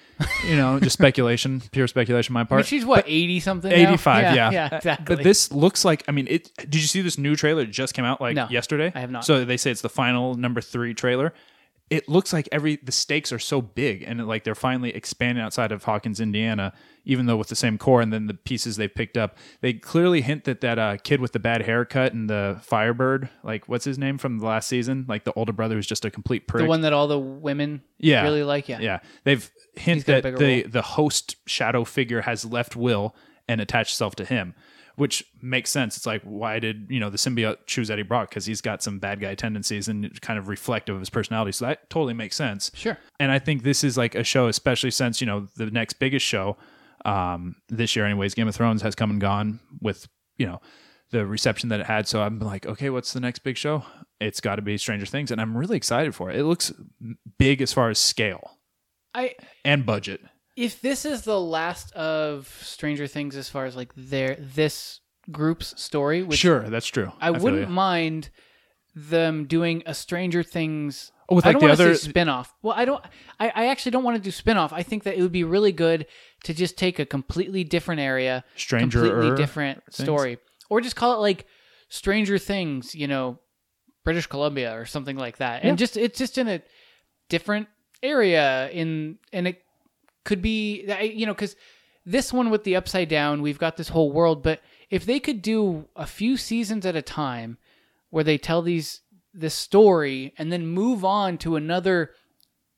A: You know, just speculation, pure speculation on my
B: I
A: part.
B: mean, she's what eighty something. now?
A: 85 yeah, Uh,
B: Yeah. exactly.
A: but this looks like i mean it did you see this new trailer that just came out like
B: No,
A: yesterday
B: I have not.
A: so they say it's the final number three trailer it looks like every the stakes are so big and like they're finally expanding outside of hawkins indiana even though with the same core and then the pieces they've picked up they clearly hint that that uh, kid with the bad haircut and the firebird like what's his name from the last season like the older brother who's just a complete prick
B: the one that all the women
A: yeah.
B: really like. Yeah.
A: Yeah. They've hint
B: got a
A: that
B: bigger
A: the, the host shadow figure has left Will and attached itself to him, which makes sense. It's like, why did, you know, the symbiote choose Eddie Brock? Because he's got some bad guy tendencies and it's kind of reflective of his personality. So that totally makes sense.
B: Sure.
A: And I think this is like a show, especially since, you know, the next biggest show um, this year, anyways, Game of Thrones has come and gone with, you know, the reception that it had. So I'm like, okay, what's the next big show? It's got to be Stranger Things. And I'm really excited for it. It looks big as far as scale
B: I
A: and budget.
B: if this is the last of Stranger Things as far as like their this group's story, which
A: sure, that's true.
B: I,
A: feel
B: wouldn't
A: you.
B: mind them doing a Stranger Things.
A: Oh, with,
B: I
A: like,
B: don't
A: the
B: want to
A: other-
B: say spinoff. Well, I don't. I, I actually don't want to do spinoff. I think that it would be really good to just take a completely different area,
A: Stranger-er
B: completely different
A: things?
B: story, or just call it like Stranger Things. You know, British Columbia or something like that,
A: Yeah.
B: and just it's just in a different area in and it could be I- you know because this one with the upside down we've got this whole world but if they could do a few seasons at a time where they tell these this story and then move on to another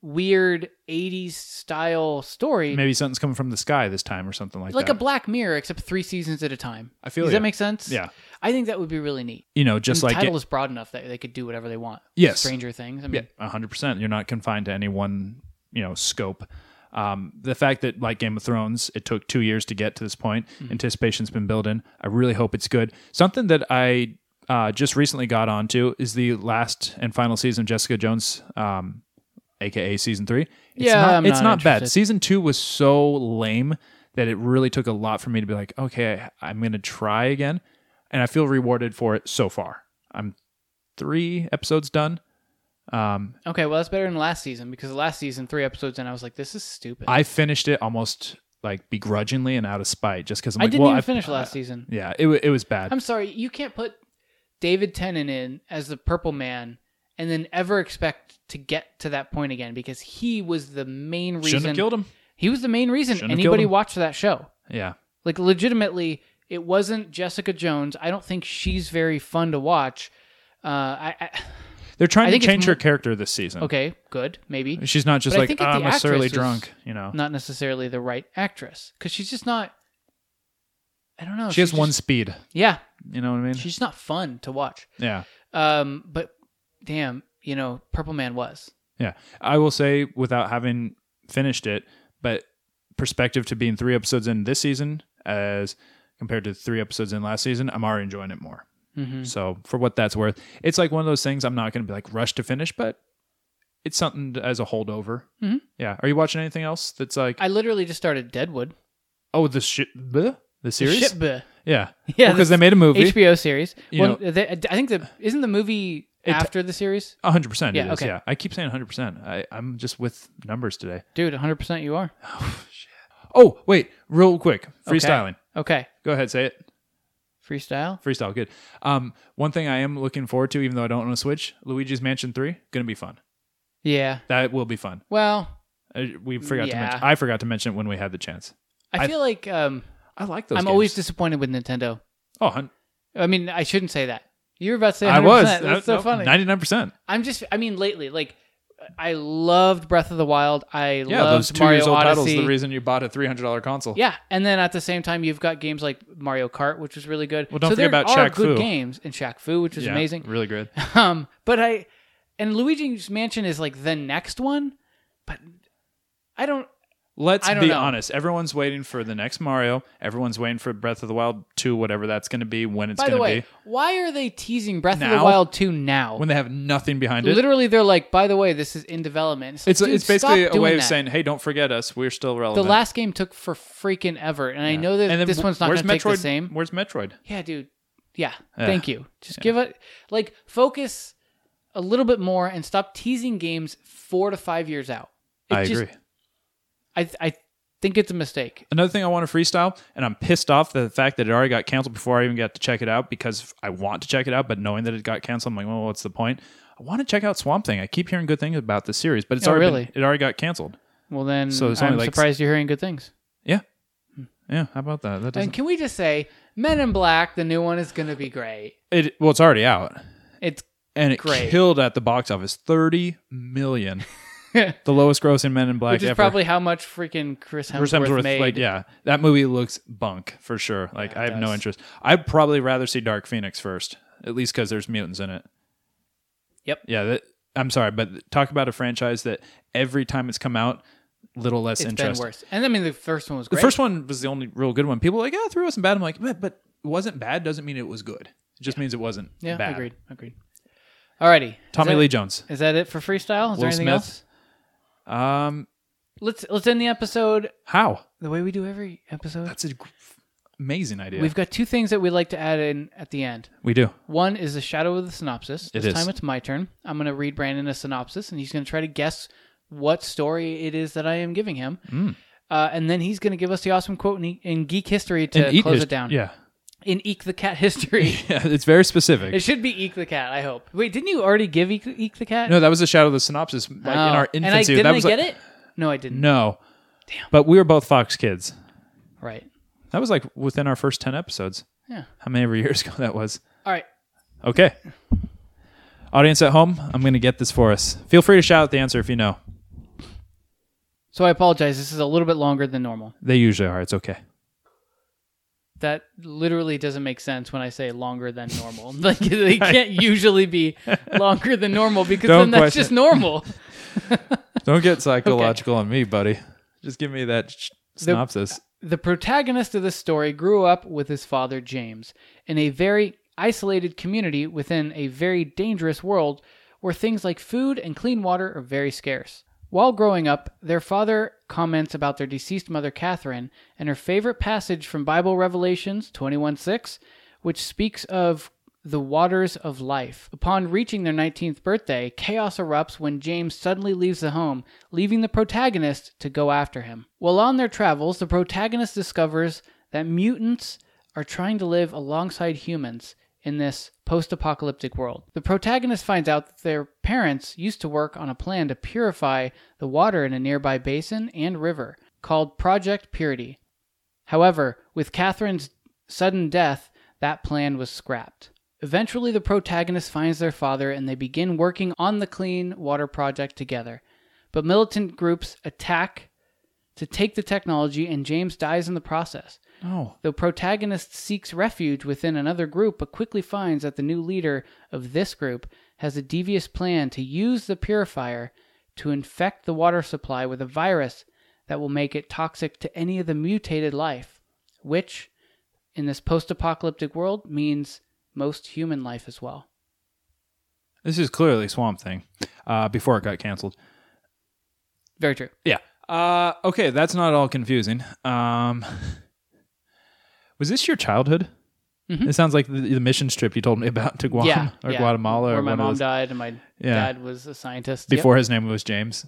B: weird 80s style story
A: maybe something's coming from the sky this time or something like,
B: like
A: that.
B: a black mirror except three seasons at a time
A: I feel
B: does
A: ya.
B: that make sense
A: Yeah.
B: i think that would be really neat
A: you know, just
B: the
A: like
B: title
A: it,
B: is broad enough that they could do whatever they want
A: Yes.
B: stranger things i mean
A: yeah, hundred percent. You're not confined to any one you know scope. Um, the fact that like Game of Thrones, it took two years to get to this point.
B: Mm-hmm.
A: Anticipation's been building. I really hope it's good. Something that I uh, just recently got onto is the last and final season of Jessica Jones. Um, aka season three. It's
B: Yeah,
A: not,
B: I'm
A: it's
B: not
A: not bad.
B: interested.
A: Season two was so lame that it really took a lot for me to be like, okay, I'm gonna try again, and I feel rewarded for it so far. I'm three episodes done. Um,
B: Okay, well that's better than last season because last season three episodes and I was like, this is stupid.
A: I finished it almost like begrudgingly and out of spite, just because I'm
B: I
A: like,
B: didn't
A: well,
B: even
A: I-
B: finish last season.
A: Yeah, it wa- it was bad.
B: I'm sorry, you can't put David Tennant in as the Purple Man and then ever expect to get to that point again because he was the main reason.
A: Shouldn't have killed him.
B: He was the main reason
A: Shouldn't have killed
B: anybody
A: him.
B: watched that show.
A: Yeah,
B: Like legitimately, it wasn't Jessica Jones. I don't think she's very fun to watch. Uh, I, I
A: they're
B: I
A: trying to
B: think it's
A: change
B: mo-
A: her character this season.
B: okay, good, maybe
A: She's not just
B: But I
A: like
B: think
A: "Ah,
B: that
A: I'm
B: the
A: a surly
B: actress was
A: drunk, you know.
B: not necessarily the right actress because she's just not. I don't know.
A: she has
B: she's
A: one
B: just-
A: speed.
B: yeah,
A: You know what I mean?
B: she's just not fun to watch.
A: yeah,
B: Um, but damn, you know, Purple Man was.
A: yeah. I will say, without having finished it, but perspective to being three episodes in this season as compared to three episodes in last season, I'm already enjoying it more.
B: Mm-hmm.
A: So for what that's worth, it's like one of those things. I'm not going to be like rushed to finish, but it's something to- as a holdover.
B: Mhm.
A: Yeah. Are you watching anything else that's like
B: I literally just started Deadwood.
A: oh the shit the series?
B: Shit, bleh.
A: Yeah.
B: Yeah,
A: Because they made a movie.
B: HBO series.
A: You
B: well, they, I think the isn't the movie
A: It-
B: after the series,
A: A hundred percent.
B: Yeah,
A: Yeah,
B: okay.
A: yeah. I keep saying hundred percent. I I'm just with numbers today.
B: dude. 100 percent you are.
A: Oh wait, real quick, freestyling.
B: Okay,
A: Go ahead, say it.
B: freestyle.
A: Freestyle, good. Um, one thing I am looking forward to, even though I don't want to switch, Luigi's Mansion Three, gonna be fun.
B: Yeah.
A: That will be fun.
B: Well,
A: Uh, we forgot to
B: Yeah.
A: mention. I forgot to mention it when we had the chance.
B: I
A: I-
B: feel like um,
A: I like those.
B: I'm
A: games.
B: always disappointed with Nintendo.
A: Oh, hun-
B: I mean, I shouldn't say that. You were about to say 100%.
A: I was.
B: That's so funny.
A: Ninety nine percent.
B: I'm just. I mean, lately, like, I loved Breath of the Wild. I
A: Yeah,
B: loved
A: those two
B: Mario
A: years old titles.
B: Odyssey.
A: The reason you bought a three hundred dollar console.
B: yeah, and then at the same time, you've got games like Mario Kart, which was really good.
A: Well, don't
B: so
A: forget
B: there
A: about
B: are
A: Shaq
B: good
A: Fu.
B: games and Shaq Fu, which was
A: Yeah,
B: amazing.
A: Really good.
B: Um, but I and Luigi's Mansion is like the next one, but I don't.
A: Let's
B: I don't
A: be
B: know.
A: honest. Everyone's waiting for the next Mario. Everyone's waiting for Breath of the Wild 2, whatever that's going to be, when it's
B: By
A: going
B: the
A: to
B: way,
A: be.
B: why are they teasing Breath of the
A: Now?
B: Wild two now?
A: When they have nothing behind it.
B: Literally, they're like, by the way, this is in development.
A: It's,
B: like,
A: it's
B: dude, stop
A: basically a
B: doing
A: way of
B: that.
A: saying, hey, don't forget us. We're still
B: the
A: relevant.
B: last game took for freaking ever, and I know that
A: And then
B: this
A: wh-
B: one's not
A: where's
B: going to take the
A: Metroid-
B: same.
A: Where's Metroid?
B: Yeah, dude. Yeah.
A: Yeah.
B: Thank you. Just give it like focus a little bit more and stop teasing games four to five years out. It
A: I
B: just-
A: agree.
B: I th- I think it's a mistake.
A: Another thing I want to freestyle, and I'm pissed off that the fact that it already got canceled before I even got to check it out because I want to check it out, but knowing that it got canceled, I'm like, well, what's the point? I want to check out Swamp Thing. I keep hearing good things about the series, but it's
B: Oh,
A: already been-
B: really?
A: it already got canceled.
B: Well, then
A: So there's only,
B: I'm
A: like, s-
B: surprised you're hearing good things.
A: Yeah, yeah. How about that? That
B: And
A: doesn't.
B: can we just say Men in Black, the new one, is going to be great.
A: It, well, it's already out.
B: It's
A: and it
B: Great.
A: killed at the box office 30 million the lowest gross in men in black
B: which is
A: ever
B: probably how much freaking Chris
A: Chris
B: Hemsworth,
A: Hemsworth,
B: made.
A: like yeah that movie looks bunk for sure like i have no interest i'd probably rather see dark phoenix first at least because there's mutants in it
B: Yep.
A: yeah that, i'm sorry but talk about a franchise that every time it's come out little less
B: It's been
A: interest
B: worse. And I mean, the first one was
A: the
B: great.
A: first one was the only real good one people were like yeah threw us some bad i'm like but, but it wasn't bad doesn't mean it was good it just means it wasn't
B: yeah,
A: bad
B: agreed, agreed. Alrighty, Is
A: tommy
B: that-
A: lee jones
B: Is that it for freestyle? Is
A: Will
B: there anything
A: Smith.
B: else?
A: um
B: Let's let's end the episode
A: how
B: the way we do every episode.
A: That's an amazing idea.
B: We've got two things that we'd like to add in at the end.
A: we do.
B: One is the shadow of the synopsis.
A: It
B: This
A: is.
B: time it's my turn. I'm going to read Brandon a synopsis, and he's going to try to guess what story it is that I am giving him.
A: Hmm.
B: Uh, and then he's going to give us the awesome quote in, E- in geek history to
A: eat
B: close
A: his-
B: it down.
A: Yeah.
B: In Eek the Cat history.
A: Yeah, it's very specific.
B: it should be Eek the Cat, I hope. Wait, didn't you already give Eek, Eek the Cat?
A: no, that was the shadow of the synopsis like, in
B: Oh.
A: our
B: And
A: infancy.
B: I, didn't
A: that was
B: I
A: like,
B: get it? No, I didn't.
A: No. Damn. But we were both Fox kids.
B: Right.
A: That was like within our first 10 episodes.
B: Yeah.
A: How many ever years ago that was.
B: All right.
A: Okay. Audience at home, I'm going to get this for us. Feel free to shout out the answer if you know.
B: So I apologize. This is a little bit longer than normal.
A: They usually are. It's okay.
B: that literally doesn't make sense when I say longer than normal. like they can't usually be longer than normal because
A: Don't
B: then that's
A: question
B: just normal.
A: Don't get psychological on me, buddy. Just give me that sh- synopsis.
B: The protagonist of this story grew up with his father James in a very isolated community within a very dangerous world where things like food and clean water are very scarce. While growing up, their father comments about their deceased mother Catherine and her favorite passage from Bible Revelations 21:6, which speaks of the waters of life. Upon reaching their 19th birthday, chaos erupts when James suddenly leaves the home, leaving the protagonist to go after him. While on their travels, the protagonist discovers that mutants are trying to live alongside humans in this post apocalyptic world. The protagonist finds out that their parents used to work on a plan to purify the water in a nearby basin and river called Project Purity. However, with Catherine's sudden death, that plan was scrapped. Eventually, the protagonist finds their father and they begin working on the Clean Water Project together. But militant groups attack to take the technology, and James dies in the process.
A: Oh.
B: The protagonist seeks refuge within another group, but quickly finds that the new leader of this group has a devious plan to use the purifier to infect the water supply with a virus that will make it toxic to any of the mutated life, which, in this post apocalyptic world, means most human life as well.
A: This is clearly Swamp Thing uh, before it got canceled.
B: Very true.
A: Yeah. Uh, okay, that's not at all confusing. Um, was this your childhood?
B: Mhm.
A: It sounds like the, the missions trip you told me about to Guam
B: yeah.
A: or
B: yeah.
A: Guatemala
B: Where
A: or
B: my
A: one of
B: mom
A: those-
B: died and my
A: Yeah.
B: dad was a scientist. Yep.
A: before his name was James.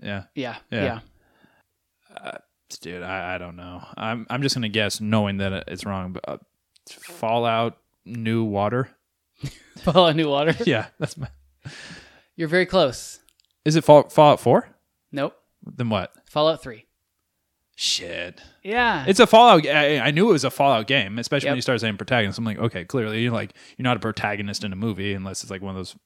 A: Yeah,
B: Yeah.
A: Yeah.
B: Yeah.
A: dude, I, I don't know. I'm I'm just gonna guess, knowing that it's wrong. But uh, Fallout New Water.
B: Fall new water.
A: Yeah, that's my.
B: You're very close.
A: Is it Fall, Fallout Four?
B: Nope.
A: Then what?
B: Fallout 3.
A: Shit.
B: Yeah.
A: It's a Fallout. I, I knew it was a Fallout game, especially when
B: Yep.
A: you start saying protagonist. I'm like, okay, clearly you're like you're not a protagonist in a movie unless it's like one of those.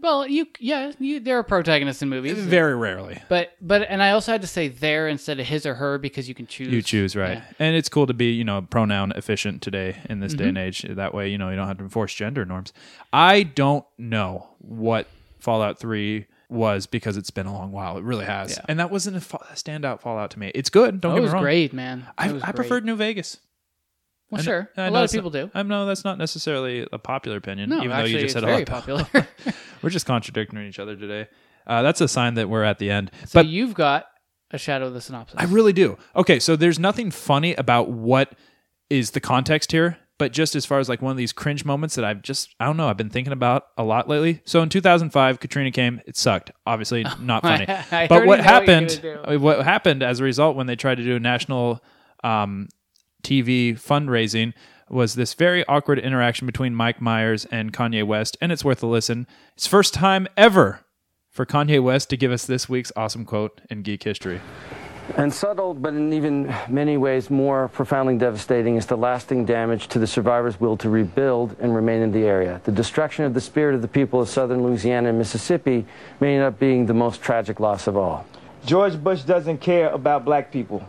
B: well, you yeah, you there are protagonists in movies.
A: Very rarely
B: but but and I also had to say there instead of his or her because you can choose.
A: you choose right,
B: Yeah.
A: and it's cool to be you know pronoun efficient today in this day and age.
B: Mm-hmm.
A: That way, you know you don't have to enforce gender norms. I don't know what Fallout Three was because it's been a long while. It really has, and that wasn't a fa- standout Fallout to me. It's good. Don't
B: That
A: get me
B: was
A: wrong.
B: great, man. That
A: I,
B: was
A: I
B: great.
A: preferred New Vegas.
B: Well,
A: I kn-
B: sure.
A: I
B: A
A: know
B: lot of
A: it's not-
B: people do.
A: I know that's not necessarily a popular opinion,
B: No,
A: even
B: actually,
A: though you just said
B: it's
A: a
B: very
A: lot.
B: popular.
A: We're just contradicting each other today. Uh, that's a sign that we're at the end.
B: so
A: but
B: you've got a shadow of the synopsis.
A: I really do. Okay, so there's nothing funny about what is the context here, but just as far as like one of these cringe moments that I've just, I don't know, I've been thinking about a lot lately. So in 2005, Katrina came. It sucked. Obviously, not funny.
B: I
A: but
B: already
A: what
B: know what you're
A: happened,
B: gonna do.
A: I mean, what happened as a result when they tried to do a national um, TV fundraising was this very awkward interaction between Mike Myers and Kanye West, and it's worth a listen. It's first time ever for Kanye West to give us this week's awesome quote in geek history.
E: And subtle, but in even many ways more profoundly devastating, is the lasting damage to the survivors' will to rebuild and remain in the area. The destruction of the spirit of the people of southern Louisiana and Mississippi may end up being the most tragic loss of all.
F: George Bush doesn't care about black people.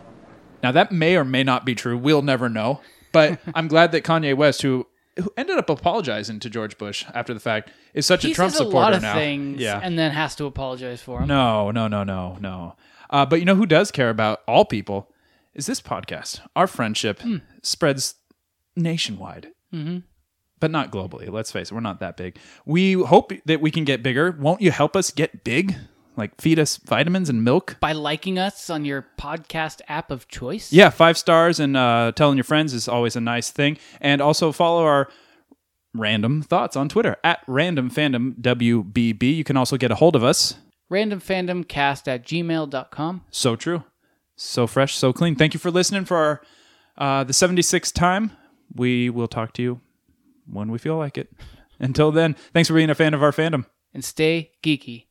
A: Now that may or may not be true. We'll never know. But I'm glad that Kanye West, who who ended up apologizing to George Bush after the fact, is such
B: he
A: a Trump
B: says a
A: supporter
B: lot of
A: now.
B: things
A: yeah.
B: and then has to apologize for them.
A: No, no, no, no, no. Uh, but you know who does care about all people is this podcast. Our friendship
B: Hmm.
A: spreads nationwide, mm-hmm. but not globally. Let's face it, we're not that big. We hope that we can get bigger. Won't you help us get big? Like feed us vitamins and milk.
B: By liking us on your podcast app of choice.
A: Yeah, five stars and uh, telling your friends is always a nice thing. And also follow our random thoughts on Twitter at random fandom WBB. You can also get a hold of us
B: randomfandomcast at gmail.com.
A: So true. So fresh, so clean. Thank you for listening for our uh, the 76th time. We will talk to you when we feel like it. Until then, thanks for being a fan of our fandom.
B: and stay geeky.